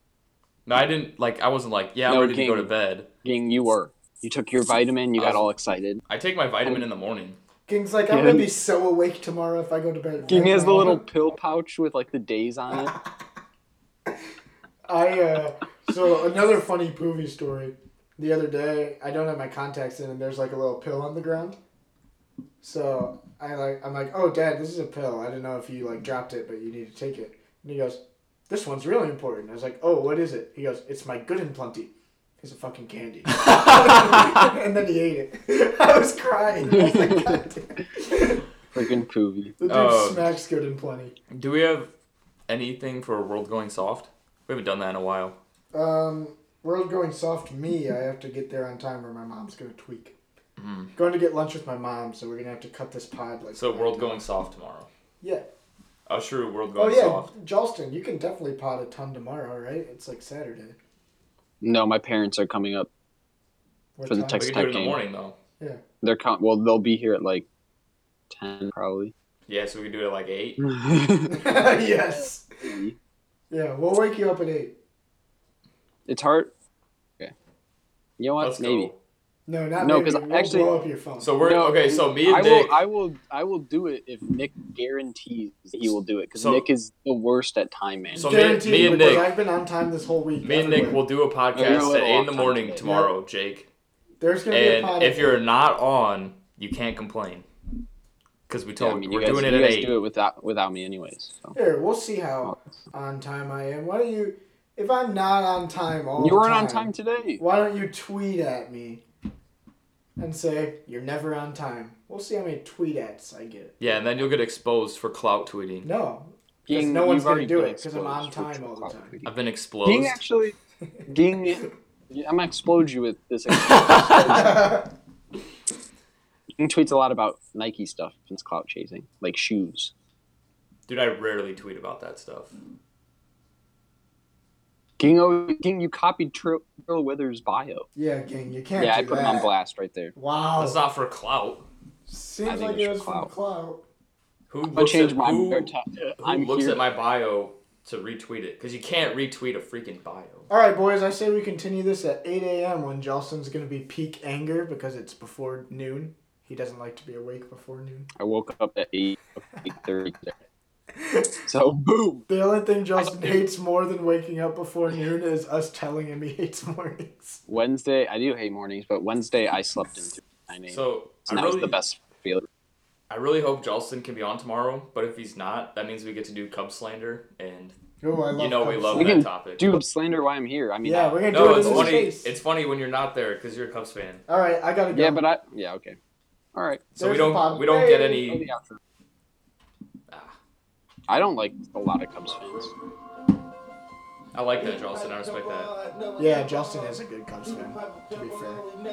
[SPEAKER 3] No, I didn't. Like, I wasn't like, yeah, I'm
[SPEAKER 4] No,
[SPEAKER 3] ready to go
[SPEAKER 4] King.
[SPEAKER 3] to bed.
[SPEAKER 4] Being you were, you took your vitamin, you got all excited.
[SPEAKER 3] I take my vitamin in the morning.
[SPEAKER 2] King's like, I'm
[SPEAKER 4] Yeah.
[SPEAKER 2] gonna be so awake tomorrow if I go to bed.
[SPEAKER 4] King
[SPEAKER 2] right
[SPEAKER 4] has the
[SPEAKER 2] now."
[SPEAKER 4] little pill pouch with like the days on it.
[SPEAKER 2] I uh so another funny poovy story. The other day, I don't have my contacts in, and there's like a little pill on the ground. So I like, I'm like, oh, Dad, this is a pill. I don't know if you like dropped it, but you need to take it. And he goes, this one's really important. I was like, oh, what is it? He goes, it's my good and plenty. It's a fucking candy. and then he ate it. *laughs* I was crying. I was like, God damn.
[SPEAKER 4] *laughs* Freaking poovy.
[SPEAKER 2] The dude
[SPEAKER 3] Oh.
[SPEAKER 2] smacks good and plenty.
[SPEAKER 3] Do we have anything for World Going Soft? We haven't done that in a while.
[SPEAKER 2] Um, world going soft. Me, I have to get there on time, or my mom's gonna tweak. Going to get lunch with my mom, so we're gonna have to cut this pod. Like
[SPEAKER 3] Mm-hmm. So World Going Soft tomorrow.
[SPEAKER 2] Yeah.
[SPEAKER 3] Usher World
[SPEAKER 2] Oh
[SPEAKER 3] Going
[SPEAKER 2] yeah,
[SPEAKER 3] Soft.
[SPEAKER 2] Justin, you can definitely pod a ton tomorrow, right? It's like Saturday.
[SPEAKER 4] No, my parents are coming up.
[SPEAKER 2] What
[SPEAKER 4] For the
[SPEAKER 2] time?
[SPEAKER 3] We
[SPEAKER 4] Texas
[SPEAKER 3] can do it in the
[SPEAKER 4] Tech game.
[SPEAKER 3] morning though.
[SPEAKER 4] They're com- well, they'll be here at like 10 probably.
[SPEAKER 3] Yeah, so we can do it at like eight.
[SPEAKER 2] *laughs* yes. Yeah, we'll wake you up at eight.
[SPEAKER 4] it's hard. Okay. You know what?
[SPEAKER 3] Let's
[SPEAKER 4] Maybe.
[SPEAKER 3] go.
[SPEAKER 2] No, not
[SPEAKER 4] No,
[SPEAKER 2] maybe.
[SPEAKER 4] 'cause
[SPEAKER 2] we'll
[SPEAKER 4] actually-
[SPEAKER 2] blow up your phone.
[SPEAKER 3] So we're
[SPEAKER 4] No,
[SPEAKER 3] okay. So me and
[SPEAKER 4] I
[SPEAKER 3] Dick.
[SPEAKER 4] will. I will. I will do it if Nick guarantees that he will do it because
[SPEAKER 3] So-
[SPEAKER 4] Nick is the worst at time man.
[SPEAKER 3] So me-
[SPEAKER 2] guaranteed
[SPEAKER 3] me and
[SPEAKER 2] because
[SPEAKER 3] Nick-
[SPEAKER 2] I've been on time this whole week.
[SPEAKER 3] me and Nick
[SPEAKER 2] everywhere.
[SPEAKER 3] will do a
[SPEAKER 4] you're a
[SPEAKER 3] podcast at
[SPEAKER 4] little
[SPEAKER 3] eight in
[SPEAKER 4] off
[SPEAKER 3] the
[SPEAKER 4] topic.
[SPEAKER 3] morning tomorrow, Jake.
[SPEAKER 2] There's gonna be a pod.
[SPEAKER 3] And
[SPEAKER 2] at
[SPEAKER 3] if you're not on, you can't complain because we
[SPEAKER 4] Yeah, I
[SPEAKER 3] told
[SPEAKER 4] mean,
[SPEAKER 3] you
[SPEAKER 4] you
[SPEAKER 3] we're
[SPEAKER 4] guys,
[SPEAKER 3] doing it
[SPEAKER 4] you
[SPEAKER 3] at
[SPEAKER 4] guys
[SPEAKER 3] eight.
[SPEAKER 4] do it without without me anyways. So.
[SPEAKER 2] Here, we'll see how on time I am. Why don't you? If I'm not on time all
[SPEAKER 4] You
[SPEAKER 2] the
[SPEAKER 4] weren't on time today.
[SPEAKER 2] Why don't you tweet at me and say you're never on time? We'll see how many tweet ats I get.
[SPEAKER 3] Yeah, and then you'll get exposed for clout
[SPEAKER 2] *laughs*
[SPEAKER 3] tweeting.
[SPEAKER 2] No, because
[SPEAKER 4] Ging,
[SPEAKER 2] no one's
[SPEAKER 4] you've
[SPEAKER 2] gonna
[SPEAKER 4] already
[SPEAKER 2] do
[SPEAKER 4] been
[SPEAKER 2] it because I'm on
[SPEAKER 4] exposed for
[SPEAKER 2] time all the
[SPEAKER 4] clout
[SPEAKER 2] time.
[SPEAKER 4] tweeting.
[SPEAKER 3] I've been
[SPEAKER 4] Ging
[SPEAKER 3] exposed. *laughs*
[SPEAKER 4] actually, Ging, I'm gonna explode you with this. explosion. Ging tweets a lot about Nike stuff and it's clout chasing, like shoes.
[SPEAKER 3] Dude, I rarely tweet about that stuff.
[SPEAKER 4] Ging, always- Ging, you copied Tr- Trill Withers' bio.
[SPEAKER 2] Yeah, gang, you can't.
[SPEAKER 4] Yeah, I
[SPEAKER 2] do
[SPEAKER 4] put him
[SPEAKER 2] that.
[SPEAKER 4] on blast right there.
[SPEAKER 2] Wow,
[SPEAKER 3] That's not for clout.
[SPEAKER 4] I
[SPEAKER 2] seems
[SPEAKER 4] think
[SPEAKER 2] like
[SPEAKER 4] it's
[SPEAKER 2] it was from
[SPEAKER 4] clout.
[SPEAKER 2] clout.
[SPEAKER 3] Who
[SPEAKER 4] I
[SPEAKER 3] looks,
[SPEAKER 4] changed
[SPEAKER 3] at,
[SPEAKER 4] my.
[SPEAKER 3] who, who
[SPEAKER 4] I'm
[SPEAKER 3] looks
[SPEAKER 4] here.
[SPEAKER 3] at my bio to retweet it? Because you can't retweet a freaking bio.
[SPEAKER 2] All right, boys. I say we continue this at 8 a.m. when Justin's gonna be peak anger because it's before noon. He doesn't like to be awake before noon. *laughs*
[SPEAKER 4] I woke up at eight eight thirty. So boom.
[SPEAKER 2] The only thing Justin hates more than waking up before noon is us telling him he hates mornings.
[SPEAKER 4] Wednesday, I do hate mornings, but Wednesday I slept into nine a.m. So,
[SPEAKER 3] So I
[SPEAKER 4] that was
[SPEAKER 3] really,
[SPEAKER 4] the best feeling.
[SPEAKER 3] I really hope Justin can be on tomorrow. But if he's not, that means we get to do Cub slander, and
[SPEAKER 2] Oh, I love
[SPEAKER 3] you know we
[SPEAKER 2] Cubs.
[SPEAKER 3] love
[SPEAKER 4] We
[SPEAKER 3] that
[SPEAKER 4] can
[SPEAKER 3] topic.
[SPEAKER 4] Dude, slander why I'm here. I mean,
[SPEAKER 2] Yeah, we're gonna do
[SPEAKER 3] no,
[SPEAKER 2] it
[SPEAKER 3] it's
[SPEAKER 2] in his
[SPEAKER 3] funny.
[SPEAKER 2] face.
[SPEAKER 3] It's funny when you're not there because you're a Cubs fan.
[SPEAKER 2] All right, I gotta go.
[SPEAKER 4] yeah, but I yeah okay. All right.
[SPEAKER 3] So
[SPEAKER 2] There's
[SPEAKER 3] we
[SPEAKER 2] the
[SPEAKER 3] don't
[SPEAKER 2] pod.
[SPEAKER 3] we don't get
[SPEAKER 2] Hey.
[SPEAKER 4] Play
[SPEAKER 3] any.
[SPEAKER 4] the outro. I don't like a lot of Cubs fans.
[SPEAKER 3] I like that, Justin. I respect that.
[SPEAKER 2] yeah, Justin is a good Cubs fan. To be fair,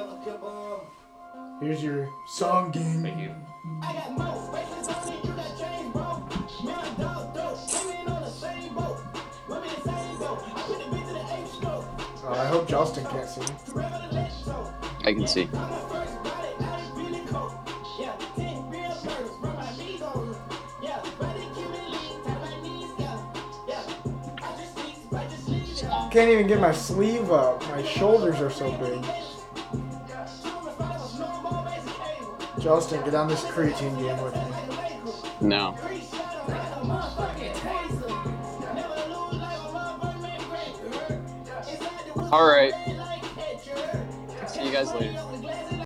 [SPEAKER 2] here's your song game.
[SPEAKER 3] Thank you.
[SPEAKER 5] I got most races on me, you got chains, bro. Me and dog dope, swimming on the same boat. Women the same boat. I put the bitch to the eighth stroke.
[SPEAKER 2] Oh, I hope Justin can't see.
[SPEAKER 5] Revel the left stroke.
[SPEAKER 4] I can see.
[SPEAKER 5] I'm a first body, I ain't feeling cold. Yeah, ten real birds from my amigos. Yeah, but they keep me lean, tap my knees, yeah. Yeah, I just sleep, I just sleep, yeah.
[SPEAKER 2] Can't even get my sleeve up. My shoulders are so big.
[SPEAKER 5] Yeah, shoot me if I was no more basic cable.
[SPEAKER 2] Justin, get on this creatine game with me.
[SPEAKER 5] Like a Lakers.
[SPEAKER 4] No.
[SPEAKER 5] All
[SPEAKER 4] All right.
[SPEAKER 5] right. See you guys later.